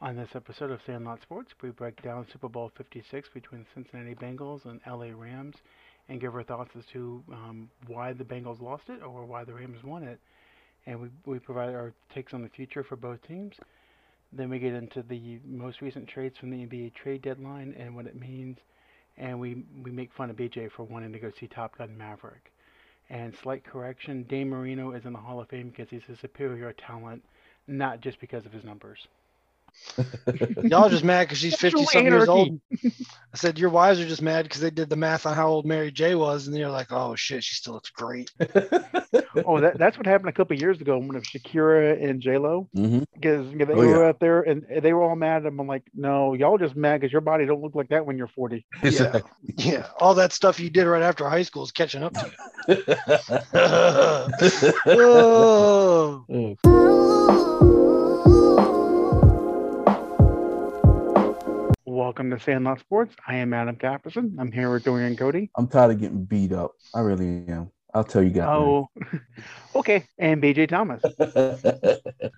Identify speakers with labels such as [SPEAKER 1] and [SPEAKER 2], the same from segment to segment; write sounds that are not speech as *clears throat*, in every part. [SPEAKER 1] On this episode of Sandlot Sports, we break down Super Bowl 56 between Cincinnati Bengals and LA Rams and give our thoughts as to um, why the Bengals lost it or why the Rams won it. And we, we provide our takes on the future for both teams. Then we get into the most recent trades from the NBA trade deadline and what it means. And we, we make fun of BJ for wanting to go see Top Gun Maverick. And slight correction, Dane Marino is in the Hall of Fame because he's a superior talent, not just because of his numbers.
[SPEAKER 2] Y'all just mad because she's
[SPEAKER 3] Sexual
[SPEAKER 2] 50 something years
[SPEAKER 3] anarchy.
[SPEAKER 2] old. I said, Your wives are just mad because they did the math on how old Mary J was. And they're like, Oh shit, she still looks great.
[SPEAKER 3] oh, that, that's what happened a couple years ago when of Shakira and J Lo
[SPEAKER 4] Mhm.
[SPEAKER 3] because they
[SPEAKER 4] Oh,
[SPEAKER 3] were out there and they were all mad. And I'm like, no, y'all just mad because your body don't look like that when you're 40.
[SPEAKER 4] Exactly.
[SPEAKER 2] *laughs* Yeah. All that stuff you did right after high school is catching up to you. *laughs* Oh.
[SPEAKER 3] Welcome to Sandlot Sports. I am Adam Capperson. I'm here with Dorian Cody.
[SPEAKER 4] *laughs* I'm tired of getting beat up. I really am. I'll tell you guys.
[SPEAKER 3] Oh, *laughs* okay. And BJ Thomas.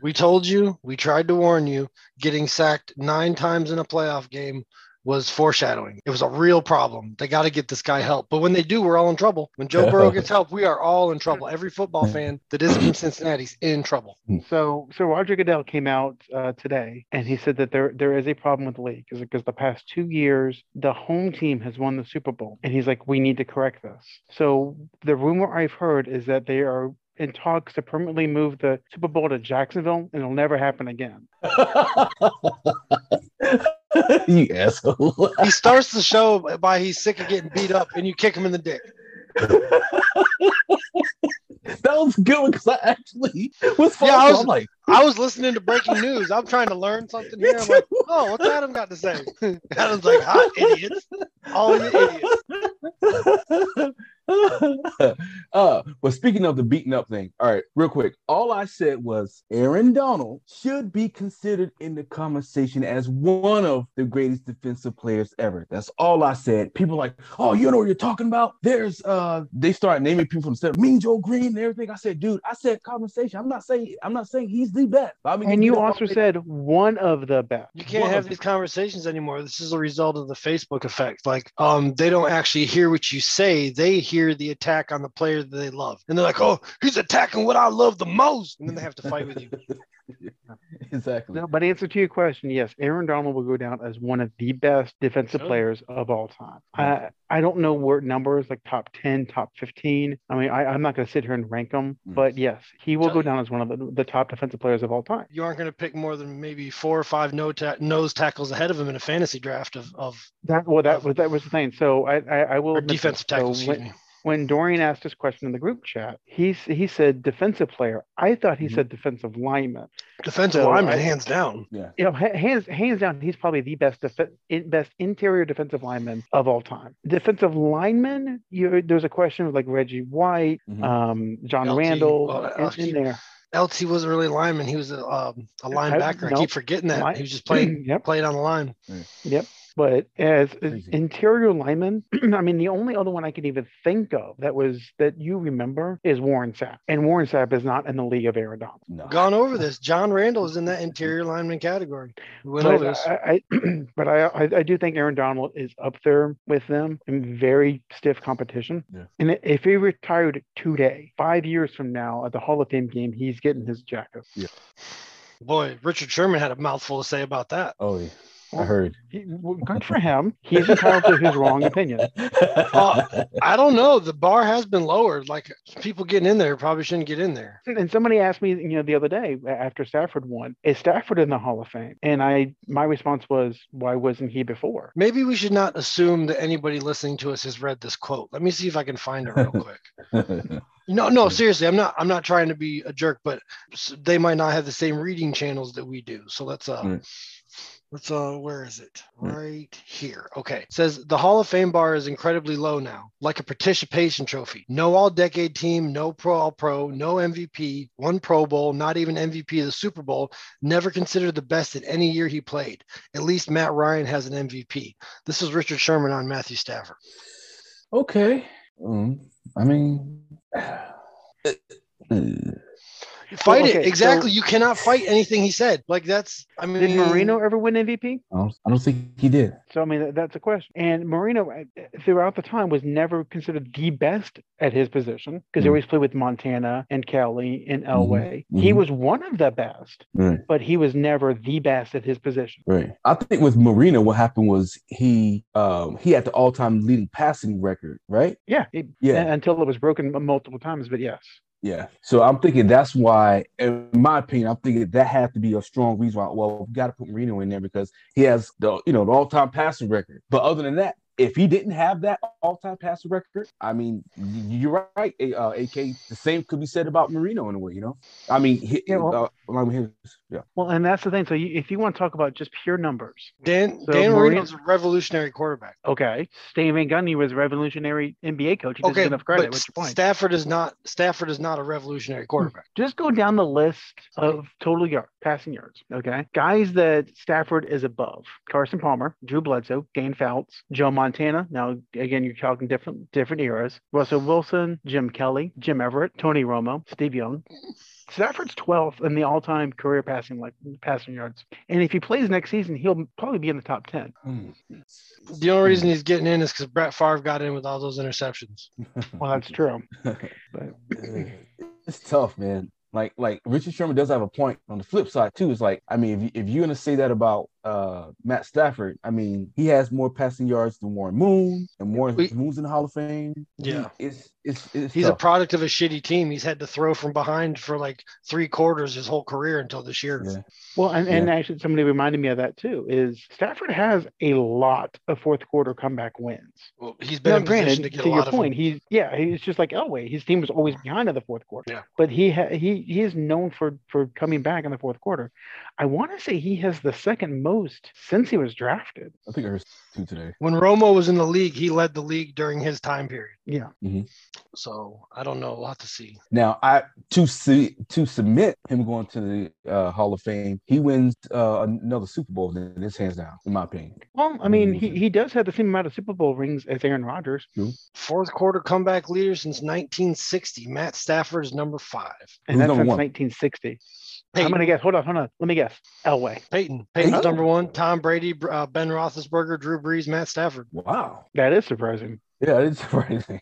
[SPEAKER 2] we told you, we tried to warn you, getting sacked nine times in a playoff game was foreshadowing. It was a real problem. They got to get this guy help. But when they do, we're all in trouble. When Joe Burrow gets help, we are all in trouble. Every football fan that isn't from Cincinnati's in trouble.
[SPEAKER 3] So, so Roger Goodell came out uh, today, and he said that there there is a problem with the league because the past two years the home team has won the Super Bowl, and he's like, we need to correct this. So the rumor I've heard is that they are in talks to permanently move the Super Bowl to Jacksonville, and it'll never happen again.
[SPEAKER 4] *laughs* you asshole. *laughs*
[SPEAKER 2] He starts the show by he's sick of getting beat up and you kick him in the dick.
[SPEAKER 4] that was good because I actually was
[SPEAKER 2] Yeah, I was-
[SPEAKER 4] I'm like,
[SPEAKER 2] I was listening to breaking news. I'm trying to learn something here.
[SPEAKER 4] *laughs*
[SPEAKER 2] I'm like, oh, what's Adam got to say? *laughs* Adam's like, hot idiots. All you idiots.
[SPEAKER 4] *laughs* uh, but speaking of the beating up thing, all right, real quick. All I said was Aaron Donald should be considered in the conversation as one of the greatest defensive players ever. That's all I said. People like, oh, you know what you're talking about? There's uh they start naming people from the Mean Joe Green and everything. I said, dude, I said conversation. I'm not saying I'm not saying he's the best. I mean,
[SPEAKER 3] And
[SPEAKER 4] he's
[SPEAKER 3] you
[SPEAKER 4] the
[SPEAKER 3] also
[SPEAKER 4] best.
[SPEAKER 3] said one of the best.
[SPEAKER 2] You can't have these conversations anymore. This is a result of the Facebook effect. Like, um, they don't actually hear what you say. They hear the attack on the player that they love. And they're like, oh, he's attacking what I love the most. And then they have to fight with you.
[SPEAKER 4] *laughs* exactly.
[SPEAKER 3] No, but answer to your question, yes, Aaron Donald will go down as one of the best defensive
[SPEAKER 2] Sure.
[SPEAKER 3] players of all time. I I don't know where numbers like top ten, top fifteen. I mean, I, I'm not going to sit here and rank them,
[SPEAKER 4] Mm.
[SPEAKER 3] but yes, he will
[SPEAKER 2] Tell
[SPEAKER 3] go
[SPEAKER 2] you.
[SPEAKER 3] down as one of the, the top defensive players of all time.
[SPEAKER 2] You aren't going to pick more than maybe four or five no ta- nose tackles ahead of him in a fantasy draft of, of
[SPEAKER 3] That well, that was that was the thing. So I I, I will
[SPEAKER 2] or
[SPEAKER 3] admit this.
[SPEAKER 2] defensive
[SPEAKER 3] So
[SPEAKER 2] tackles.
[SPEAKER 3] when-
[SPEAKER 2] excuse me.
[SPEAKER 3] when Dorian asked this question in the group chat, he s- he said defensive player. I thought he
[SPEAKER 4] Mhm.
[SPEAKER 3] said defensive lineman.
[SPEAKER 2] Defensive
[SPEAKER 3] So
[SPEAKER 2] lineman,
[SPEAKER 3] I-
[SPEAKER 2] hands down.
[SPEAKER 4] Yeah.
[SPEAKER 3] You know, ha- hands hands down, he's probably the best def- in, best interior defensive lineman of all time. Defensive lineman, you there's a question of like Reggie White,
[SPEAKER 4] Mhm.
[SPEAKER 3] um, John
[SPEAKER 2] LT,
[SPEAKER 3] Randall
[SPEAKER 2] well,
[SPEAKER 3] in-
[SPEAKER 2] LT,
[SPEAKER 3] in, there.
[SPEAKER 2] LT wasn't really a lineman. He was a, um, a linebacker. I,
[SPEAKER 3] no.
[SPEAKER 2] keep forgetting that.
[SPEAKER 3] Line-
[SPEAKER 2] he was just *clears throat* playing
[SPEAKER 3] *clears throat* yep,
[SPEAKER 2] playing on the line.
[SPEAKER 3] but as, as
[SPEAKER 4] Crazy.
[SPEAKER 3] interior lineman, *clears throat* I mean, the only other one I can even think of that was that you remember is Warren Sapp, and Warren Sapp is not in the league of Aaron Donald.
[SPEAKER 4] No.
[SPEAKER 2] Gone over this. John Randall is in that interior lineman category. We went
[SPEAKER 3] But
[SPEAKER 2] over this.
[SPEAKER 3] I, I, *clears throat* but I, I, I do think Aaron Donald is up there with them in very stiff competition.
[SPEAKER 4] Yeah.
[SPEAKER 3] And if he retired today, five years from now at the Hall of Fame game, he's getting his jacket.
[SPEAKER 2] Boy, Richard Sherman had a mouthful to say about *laughs* that.
[SPEAKER 4] Oh yeah. I heard.
[SPEAKER 3] He- well, good for him. He's entitled to his
[SPEAKER 4] *laughs*
[SPEAKER 3] wrong opinion.
[SPEAKER 2] Uh, I don't know. The bar has been lowered. Like people getting in there probably shouldn't get in there.
[SPEAKER 3] And somebody asked me, you know, the other day a- after Stafford won, is Stafford in the Hall of Fame? And I, my response was, why wasn't he before?
[SPEAKER 2] Maybe we should not assume that anybody listening to us has read this quote. Let me see if I can find *laughs* it real quick. No, no,
[SPEAKER 4] Yeah.
[SPEAKER 2] seriously, I'm not. I'm not trying to be a jerk, but s- they might not have the same reading channels that we do. So let's uh,
[SPEAKER 4] Right.
[SPEAKER 2] let's uh, where is it?
[SPEAKER 4] Right.
[SPEAKER 2] Right here. Okay. Says the Hall of Fame bar is incredibly low now, like a participation trophy. No All-Decade team, no Pro All-Pro, no MVP, one Pro Bowl, not even MVP of the Super Bowl. Never considered the best in any year he played. At least Matt Ryan has an MVP. This is Richard Sherman on Matthew Stafford.
[SPEAKER 4] Um, *sighs* uh, okay. Mm, I mean,
[SPEAKER 2] Fight it
[SPEAKER 3] okay,
[SPEAKER 2] exactly.
[SPEAKER 3] so-
[SPEAKER 2] you cannot fight anything he said. Like that's. I mean,
[SPEAKER 3] Did Marino ever win MVP?
[SPEAKER 4] I don't, I don't think he did.
[SPEAKER 3] So I mean that- that's a question. And Marino uh, throughout the time was never considered the best at his position because
[SPEAKER 4] Mhm.
[SPEAKER 3] he always played with Montana and Kelly and Elway. He
[SPEAKER 4] mhm.
[SPEAKER 3] was one of the best,
[SPEAKER 4] Right.
[SPEAKER 3] but he was never the best at his position.
[SPEAKER 4] Right. I think with Marino, what happened was he um he had the all time leading passing record, right?
[SPEAKER 3] Yeah, he-
[SPEAKER 4] Yeah.
[SPEAKER 3] un- until it was broken m- multiple times, but yes.
[SPEAKER 4] Yeah. So I'm thinking that's why, in my opinion, I'm thinking that had to be a strong reason why. Well, we got to put Marino in there because he has the you know the all time passing record. But other than that, if he didn't have that all time passing record, I mean, y- you're right. A- Uh, Ak, the same could be said about Marino in a way. You know, I mean, he,
[SPEAKER 3] Yeah, well-
[SPEAKER 4] uh, I mean, his- yeah.
[SPEAKER 3] Well, and that's the thing. So you, if you want to talk about just pure numbers,
[SPEAKER 2] Dan
[SPEAKER 3] So
[SPEAKER 2] Dan
[SPEAKER 3] Marino-
[SPEAKER 2] Marino's a revolutionary quarterback.
[SPEAKER 3] okay, Stan Van Gundy was a revolutionary NBA coach. He doesn't
[SPEAKER 2] Okay,
[SPEAKER 3] get enough credit.
[SPEAKER 2] but
[SPEAKER 3] What's your point?
[SPEAKER 2] Stafford is not. Stafford is not a revolutionary quarterback.
[SPEAKER 3] just go down the list of total yard passing yards. Okay, guys that Stafford is above: Carson Palmer, Drew Bledsoe, Dane Fouts, Joe Montana. Now again, you're talking different different eras. Russell Wilson, Jim Kelly, Jim Everett, Tony Romo, Steve Young. Stafford's 12th in the all-time career passing like passing yards, and if he plays next season, he'll probably be in the top 10. Hmm.
[SPEAKER 2] The only reason he's getting in is because Brett Favre got in with all those interceptions.
[SPEAKER 3] Well, that's true.
[SPEAKER 4] it's tough, man. Like like Richard Sherman does have a point on the flip side too. Is like I mean, if, you, if you're gonna say that about uh Matt Stafford, I mean he has more passing yards than Warren Moon, and Warren
[SPEAKER 2] We-
[SPEAKER 4] Moon's in the Hall of Fame.
[SPEAKER 2] Yeah.
[SPEAKER 4] it's it's it's
[SPEAKER 2] He's a
[SPEAKER 4] tough.
[SPEAKER 2] product of a shitty team. He's had to throw from behind for like three quarters his whole career until this year.
[SPEAKER 4] Yeah.
[SPEAKER 3] Well, and, and actually, somebody reminded me of that too. Is Stafford has a lot of fourth quarter comeback wins.
[SPEAKER 2] Well, he's been
[SPEAKER 3] No,
[SPEAKER 2] in position to
[SPEAKER 3] granted,
[SPEAKER 2] get
[SPEAKER 3] to
[SPEAKER 2] a
[SPEAKER 3] your
[SPEAKER 2] lot of
[SPEAKER 3] point, he's yeah, he's just like Elway. His team was always behind in the fourth quarter.
[SPEAKER 2] Yeah.
[SPEAKER 3] But he ha- he he is known for for coming back in the fourth quarter. I want to say he has the second most since he was drafted.
[SPEAKER 4] I think I heard two today.
[SPEAKER 2] When Romo was in the league, he led the league during his time period.
[SPEAKER 3] Yeah.
[SPEAKER 2] So I don't know. A lot to see.
[SPEAKER 4] Now I to see to submit him going to the uh, Hall of Fame, he wins uh, another Super Bowl. Then it's hands down, in my opinion.
[SPEAKER 3] Well, I mean, he,
[SPEAKER 4] Mhm.
[SPEAKER 3] he does have the same amount of Super Bowl rings as Aaron Rodgers,
[SPEAKER 2] Fourth quarter comeback leader since 1960. Matt Stafford is number five.
[SPEAKER 3] and
[SPEAKER 4] Who's
[SPEAKER 3] that's
[SPEAKER 4] number
[SPEAKER 3] since
[SPEAKER 4] one?
[SPEAKER 3] 1960. I'm
[SPEAKER 2] Peyton,
[SPEAKER 3] gonna guess. Hold on, hold on. Let me guess. Elway.
[SPEAKER 2] Peyton. Peyton's
[SPEAKER 4] Oh.
[SPEAKER 2] number one. Tom Brady, Br- uh, Ben Roethlisberger, Drew Brees, Matt Stafford.
[SPEAKER 4] Wow.
[SPEAKER 3] That is surprising.
[SPEAKER 4] Yeah, it's *laughs* surprising.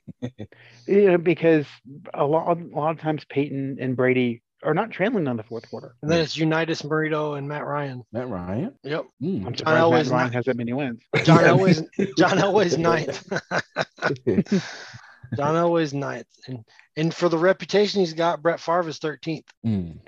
[SPEAKER 3] You know, because a lot a lot of times Peyton and Brady are not trailing on the fourth quarter.
[SPEAKER 2] And then it's Unitas Marito and Matt Ryan.
[SPEAKER 4] Matt Ryan.
[SPEAKER 3] *laughs*
[SPEAKER 2] Yep.
[SPEAKER 4] Mm.
[SPEAKER 3] I'm surprised
[SPEAKER 2] Elway's
[SPEAKER 3] Matt Ryan
[SPEAKER 2] not-
[SPEAKER 3] has that many wins.
[SPEAKER 2] John
[SPEAKER 4] Yeah, I
[SPEAKER 2] Elway's
[SPEAKER 4] mean-
[SPEAKER 2] John Elway's ninth. *laughs*
[SPEAKER 4] *laughs*
[SPEAKER 2] John Elway's ninth. And and for the reputation he's got, Brett Favre is thirteenth.
[SPEAKER 4] Mm.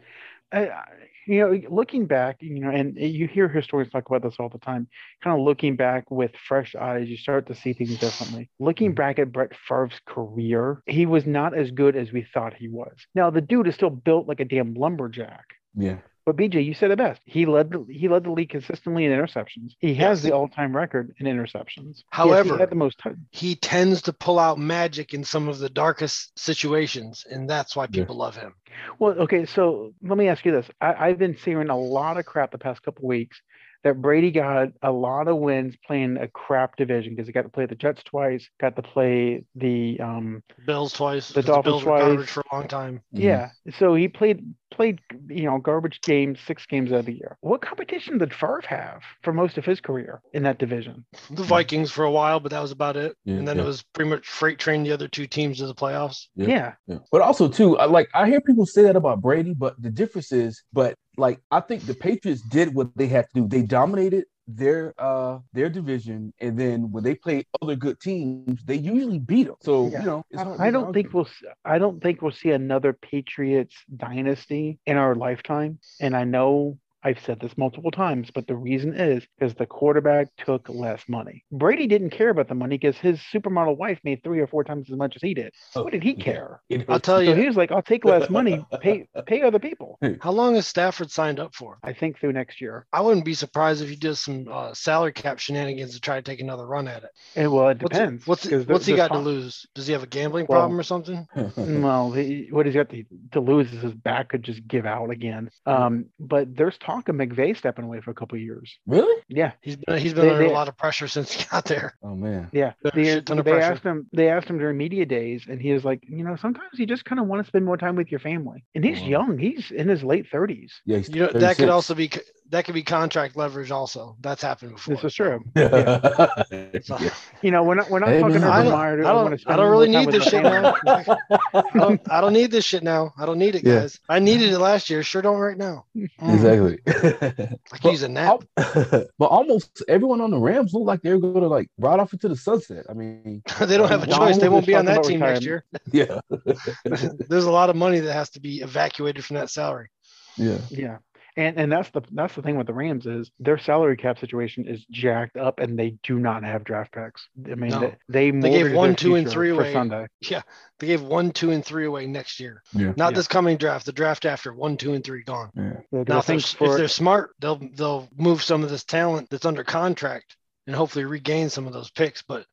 [SPEAKER 3] I, I- you know, looking back, you know, and eh, you hear historians talk about this all the time. Kind of looking back with fresh eyes, you start to see things differently. Looking back at Brett Favre's career, he was not as good as we thought he was. Now the dude is still built like a damn lumberjack.
[SPEAKER 4] Yeah.
[SPEAKER 3] But BJ, you said it best. He led the he led the league consistently in interceptions. He has
[SPEAKER 2] Yes.
[SPEAKER 3] the all time record in interceptions. Yes,
[SPEAKER 2] However-
[SPEAKER 3] he had the most. T-
[SPEAKER 2] He tends to pull out magic in some of the darkest situations, and that's why
[SPEAKER 4] Yeah.
[SPEAKER 2] people love him.
[SPEAKER 3] Well, okay, so let me ask you this. I, I've been hearing a lot of crap the past couple weeks that Brady got a lot of wins playing a crap division because he got to play the Jets twice, got to play the um
[SPEAKER 2] Bills twice.
[SPEAKER 3] The
[SPEAKER 2] 'cause
[SPEAKER 3] Dolphins
[SPEAKER 2] Bills were garbage
[SPEAKER 3] twice.
[SPEAKER 2] for a long time.
[SPEAKER 4] Mhm.
[SPEAKER 3] yeah. So he played played you know garbage games six games out of the year. What competition did Favre have for most of his career in that division?
[SPEAKER 2] The Vikings for a while, but that was about it.
[SPEAKER 4] Yeah,
[SPEAKER 2] and then
[SPEAKER 4] yeah.
[SPEAKER 2] it was pretty much freight train the other two teams to the playoffs.
[SPEAKER 4] Yeah.
[SPEAKER 3] yeah.
[SPEAKER 4] Yeah. But also too, I like I hear people say that about Brady, but the difference is, but like I think the Patriots did what they had to do. They dominated their uh their division, and then when they played other good teams, they usually beat them. So
[SPEAKER 3] Yeah.
[SPEAKER 4] you know, it's hard
[SPEAKER 3] I
[SPEAKER 4] to
[SPEAKER 3] I don't think
[SPEAKER 4] argue.
[SPEAKER 3] we'll. s- I don't think we'll see another Patriots dynasty in our lifetime. And I know I've said this multiple times, but the reason is because the quarterback took less money. Brady didn't care about the money because his supermodel wife made three or four times as much as he did.
[SPEAKER 4] Oh,
[SPEAKER 3] What did he
[SPEAKER 4] yeah.
[SPEAKER 3] care?
[SPEAKER 4] You know,
[SPEAKER 2] I'll tell
[SPEAKER 3] So he
[SPEAKER 2] you
[SPEAKER 3] was like, "I'll take less
[SPEAKER 2] *laughs*
[SPEAKER 3] money, pay pay other people."
[SPEAKER 2] how long is Stafford signed up for?
[SPEAKER 3] I think through next year.
[SPEAKER 2] I wouldn't be surprised if he does some uh, salary cap shenanigans to try to take another run at it.
[SPEAKER 3] And well, it
[SPEAKER 2] What's he-
[SPEAKER 3] depends.
[SPEAKER 2] What's, he-
[SPEAKER 3] 'cause the-
[SPEAKER 2] what's he
[SPEAKER 3] the
[SPEAKER 2] got to
[SPEAKER 3] top-
[SPEAKER 2] lose? Does he have a gambling
[SPEAKER 3] Well-
[SPEAKER 2] problem or something? Mm-hmm.
[SPEAKER 3] well, he, what he's got to, to lose is his back could just give out again. Um, but there's talk of McVay stepping away for a couple of years.
[SPEAKER 4] *laughs* Really?
[SPEAKER 3] Yeah,
[SPEAKER 2] He's been he's been
[SPEAKER 3] They-
[SPEAKER 2] under
[SPEAKER 3] they-
[SPEAKER 2] a lot of pressure *laughs* since he got there.
[SPEAKER 4] Oh man.
[SPEAKER 3] yeah.
[SPEAKER 2] There's a
[SPEAKER 3] They,
[SPEAKER 2] shit ton of
[SPEAKER 3] they
[SPEAKER 2] pressure.
[SPEAKER 3] asked him. They asked him during media days, and he was like, you know, sometimes you just kind of want to spend more time with your family. And he's
[SPEAKER 4] Wow.
[SPEAKER 3] young. He's in his late thirties.
[SPEAKER 4] Yeah. he's
[SPEAKER 2] You know that could
[SPEAKER 4] 36. *laughs*
[SPEAKER 2] also be that could be contract leverage. Also, that's happened before.
[SPEAKER 3] This is true.
[SPEAKER 2] So-
[SPEAKER 4] Yeah.
[SPEAKER 3] You know, we're not we're not
[SPEAKER 4] Hey,
[SPEAKER 3] talking
[SPEAKER 4] man,
[SPEAKER 2] I
[SPEAKER 3] Urban
[SPEAKER 2] don't-
[SPEAKER 3] Meyer.
[SPEAKER 2] I
[SPEAKER 3] wanna
[SPEAKER 2] don't, I
[SPEAKER 3] spend
[SPEAKER 2] don't
[SPEAKER 3] more
[SPEAKER 2] really
[SPEAKER 3] time
[SPEAKER 2] need
[SPEAKER 3] with
[SPEAKER 2] this
[SPEAKER 3] my
[SPEAKER 2] shit
[SPEAKER 3] family.
[SPEAKER 2] *laughs* now. I don't, I don't need this shit now. I don't need it,
[SPEAKER 4] Yeah.
[SPEAKER 2] guys. I needed it last year. Sure don't right now. Mm.
[SPEAKER 4] *laughs* Exactly.
[SPEAKER 2] I could
[SPEAKER 4] Well,
[SPEAKER 2] use a nap. *laughs*
[SPEAKER 4] Al- but almost everyone on the Rams looked like they were going to like ride off into the sunset. I mean, *laughs*
[SPEAKER 2] they don't have a
[SPEAKER 3] Donald
[SPEAKER 2] choice. They
[SPEAKER 3] was
[SPEAKER 2] won't be on
[SPEAKER 3] talking
[SPEAKER 2] that
[SPEAKER 3] about
[SPEAKER 2] team next year.
[SPEAKER 3] retirement.
[SPEAKER 4] yeah,
[SPEAKER 2] There's a lot of money that has to be evacuated from that salary.
[SPEAKER 4] yeah,
[SPEAKER 3] Yeah. And and that's the that's the thing with the Rams is their salary cap situation is jacked up and they do not have draft picks. I mean
[SPEAKER 2] No.
[SPEAKER 3] they, they,
[SPEAKER 2] gave
[SPEAKER 3] mortgage their
[SPEAKER 2] one, two, and
[SPEAKER 3] future
[SPEAKER 2] three
[SPEAKER 3] for
[SPEAKER 2] away.
[SPEAKER 3] Sunday.
[SPEAKER 2] They gave one, two, and three away next year.
[SPEAKER 4] Yeah.
[SPEAKER 2] Not
[SPEAKER 3] Yeah.
[SPEAKER 2] this coming draft. The draft after one, two, and three gone.
[SPEAKER 4] yeah.
[SPEAKER 3] Like,
[SPEAKER 2] Now,
[SPEAKER 3] I
[SPEAKER 2] if they're,
[SPEAKER 3] think
[SPEAKER 2] s- if
[SPEAKER 3] for
[SPEAKER 2] they're smart, they'll they'll move some of this talent that's under contract and hopefully regain some of those picks. But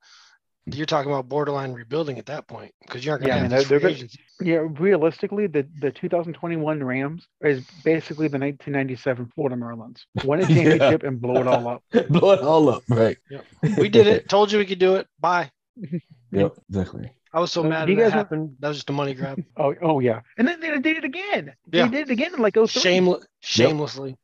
[SPEAKER 2] you're talking about borderline rebuilding at that point because you're not going to
[SPEAKER 3] Yeah, I
[SPEAKER 2] have
[SPEAKER 3] mean,
[SPEAKER 2] these
[SPEAKER 3] they're-
[SPEAKER 2] free
[SPEAKER 3] they're-
[SPEAKER 2] agents.
[SPEAKER 3] yeah, realistically the, the 2021 Rams is basically the 1997 Florida Marlins. Win a
[SPEAKER 2] *laughs*
[SPEAKER 4] Yeah.
[SPEAKER 3] championship and blow it all up.
[SPEAKER 4] *laughs* Blow it all up, right?
[SPEAKER 2] Yep. We did
[SPEAKER 3] *laughs*
[SPEAKER 2] it. Told you we could do it. Bye.
[SPEAKER 4] yep, exactly.
[SPEAKER 2] I was *laughs* so
[SPEAKER 3] Uh,
[SPEAKER 2] mad
[SPEAKER 3] do you
[SPEAKER 2] when that
[SPEAKER 3] guys want-
[SPEAKER 2] happened. That was just a money
[SPEAKER 3] *laughs*
[SPEAKER 2] grab.
[SPEAKER 3] Oh oh yeah. And then they did it again.
[SPEAKER 2] Yeah.
[SPEAKER 3] They did it again in like 03.
[SPEAKER 2] Shameless, shamelessly.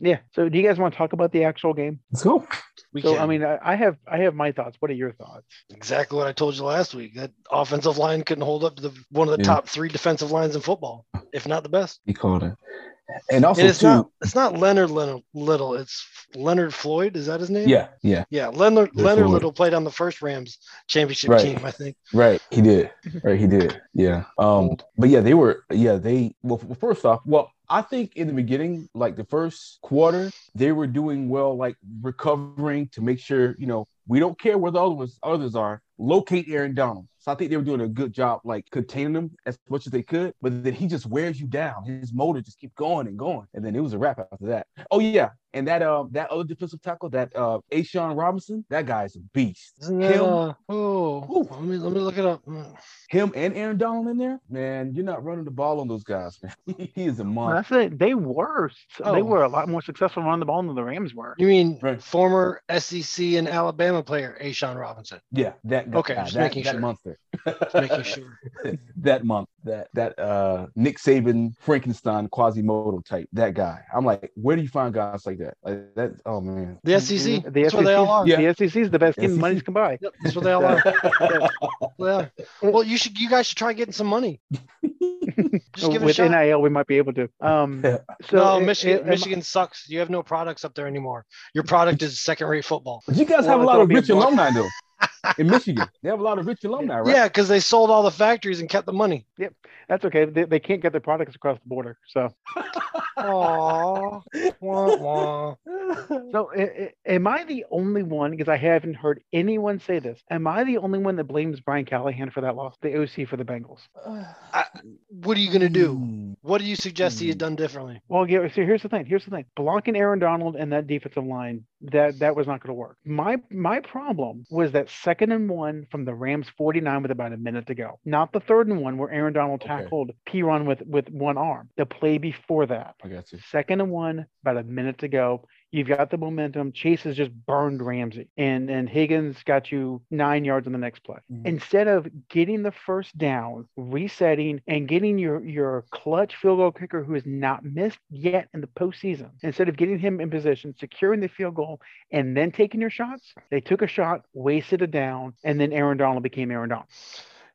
[SPEAKER 3] Yeah. So do you guys want to talk about the actual game?
[SPEAKER 4] Let's go.
[SPEAKER 2] We
[SPEAKER 3] so
[SPEAKER 2] can.
[SPEAKER 3] I mean I, I have I have my thoughts. What are your thoughts?
[SPEAKER 2] exactly what I told you last week. That offensive line couldn't hold up to the one of the
[SPEAKER 4] Yeah.
[SPEAKER 2] top three defensive lines in football, if not the best.
[SPEAKER 4] He called it, and also
[SPEAKER 2] and it's
[SPEAKER 4] too.
[SPEAKER 2] not it's not Leonard Little, Little. It's Leonard Floyd. Is that his name?
[SPEAKER 4] yeah, yeah,
[SPEAKER 2] Yeah, Leonard
[SPEAKER 4] Leonard
[SPEAKER 2] Leonard
[SPEAKER 4] Floyd.
[SPEAKER 2] Little played on the first Rams championship
[SPEAKER 4] Right.
[SPEAKER 2] team, I think.
[SPEAKER 4] right. He did, right. He did, yeah. Um, but yeah, they were, yeah, they. Well, f- first off, well, I think in the beginning, like the first quarter, they were doing well, like recovering to make sure you know we don't care where the other ones others are. Locate Aaron Donald. So I think they were doing a good job, like containing him as much as they could. But then he just wears you down. His motor just keep going and going, and then it was a wrap after that. Oh yeah, and that um that other defensive tackle, that uh Ashawn Robinson, that guy's a beast.
[SPEAKER 2] Isn't
[SPEAKER 4] Him,
[SPEAKER 2] that, uh, oh,
[SPEAKER 4] Ooh.
[SPEAKER 2] let me let me look it up. Mm.
[SPEAKER 4] him and Aaron Donald in there, man. You're not running the ball on those guys, man. *laughs* he is a
[SPEAKER 3] Well,
[SPEAKER 4] monster.
[SPEAKER 3] that's it. They were
[SPEAKER 2] Oh.
[SPEAKER 3] they were a lot more successful running the ball than the Rams were.
[SPEAKER 2] You mean
[SPEAKER 4] Right.
[SPEAKER 2] former SEC and Alabama player Ashawn Robinson?
[SPEAKER 4] Yeah, that guy,
[SPEAKER 2] Okay, just
[SPEAKER 4] that,
[SPEAKER 2] making
[SPEAKER 4] that
[SPEAKER 2] sure.
[SPEAKER 4] monster. *laughs*
[SPEAKER 2] Making sure.
[SPEAKER 4] that month, that that uh Nick Saban Frankenstein Quasimodo type, that guy. I'm like, where do you find guys like that? Like that, oh
[SPEAKER 3] *laughs*
[SPEAKER 4] man.
[SPEAKER 2] The SEC.
[SPEAKER 3] The E
[SPEAKER 2] that's where they all are.
[SPEAKER 4] Yeah.
[SPEAKER 3] The SEC is the best team
[SPEAKER 4] SEC.
[SPEAKER 3] money can buy.
[SPEAKER 2] Yep, that's where they all are. Well, well, you should. You guys should try getting some
[SPEAKER 4] *laughs*
[SPEAKER 2] money. *laughs* Just give it a
[SPEAKER 3] With
[SPEAKER 2] shot.
[SPEAKER 3] NIL, we might be able to. Um,
[SPEAKER 4] Yeah.
[SPEAKER 3] so
[SPEAKER 2] no,
[SPEAKER 3] it-
[SPEAKER 2] Michigan.
[SPEAKER 3] it- am-
[SPEAKER 2] Michigan sucks. You have no products up there anymore. Your product is second-rate football.
[SPEAKER 4] But you guys have
[SPEAKER 3] Well,
[SPEAKER 4] a lot
[SPEAKER 3] it's
[SPEAKER 4] of
[SPEAKER 3] gonna be a
[SPEAKER 4] rich
[SPEAKER 3] block.
[SPEAKER 4] alumni
[SPEAKER 3] *laughs*
[SPEAKER 4] though. In Michigan, they have a lot of rich alumni, right?
[SPEAKER 2] Yeah, because they sold all the factories and kept the money.
[SPEAKER 3] That's okay. They, they can't get their products across the border. So,
[SPEAKER 2] Aww. wah, wah.
[SPEAKER 4] *sighs*
[SPEAKER 3] so i- i- am I the only one? Because I haven't heard anyone say this. Am I the only one that blames Brian Callahan for that loss? The OC for the Bengals.
[SPEAKER 2] What are you gonna do?
[SPEAKER 4] Mm,
[SPEAKER 2] What do you suggest he had done differently?
[SPEAKER 3] Well, yeah, so here's the thing. Here's the thing. Blocking Aaron Donald and that defensive line, that that was not going to work. My my problem was that second and one from the Rams 49 with about a minute to go. Not the third and one where Aaron Donald
[SPEAKER 4] Okay.
[SPEAKER 3] tackled Piron with with one arm. The play before that.
[SPEAKER 4] I got you.
[SPEAKER 3] Second and one, about a minute to go. You've got the momentum. Chase has just burned Ramsey, and and Higgins got you nine yards on the next play.
[SPEAKER 4] Mhm.
[SPEAKER 3] Instead of getting the first down, resetting, and getting your your clutch field goal kicker who has not missed yet in the postseason, instead of getting him in position, securing the field goal, and then taking your shots, they took a shot, wasted a down, and then Aaron Donald became Aaron Donald.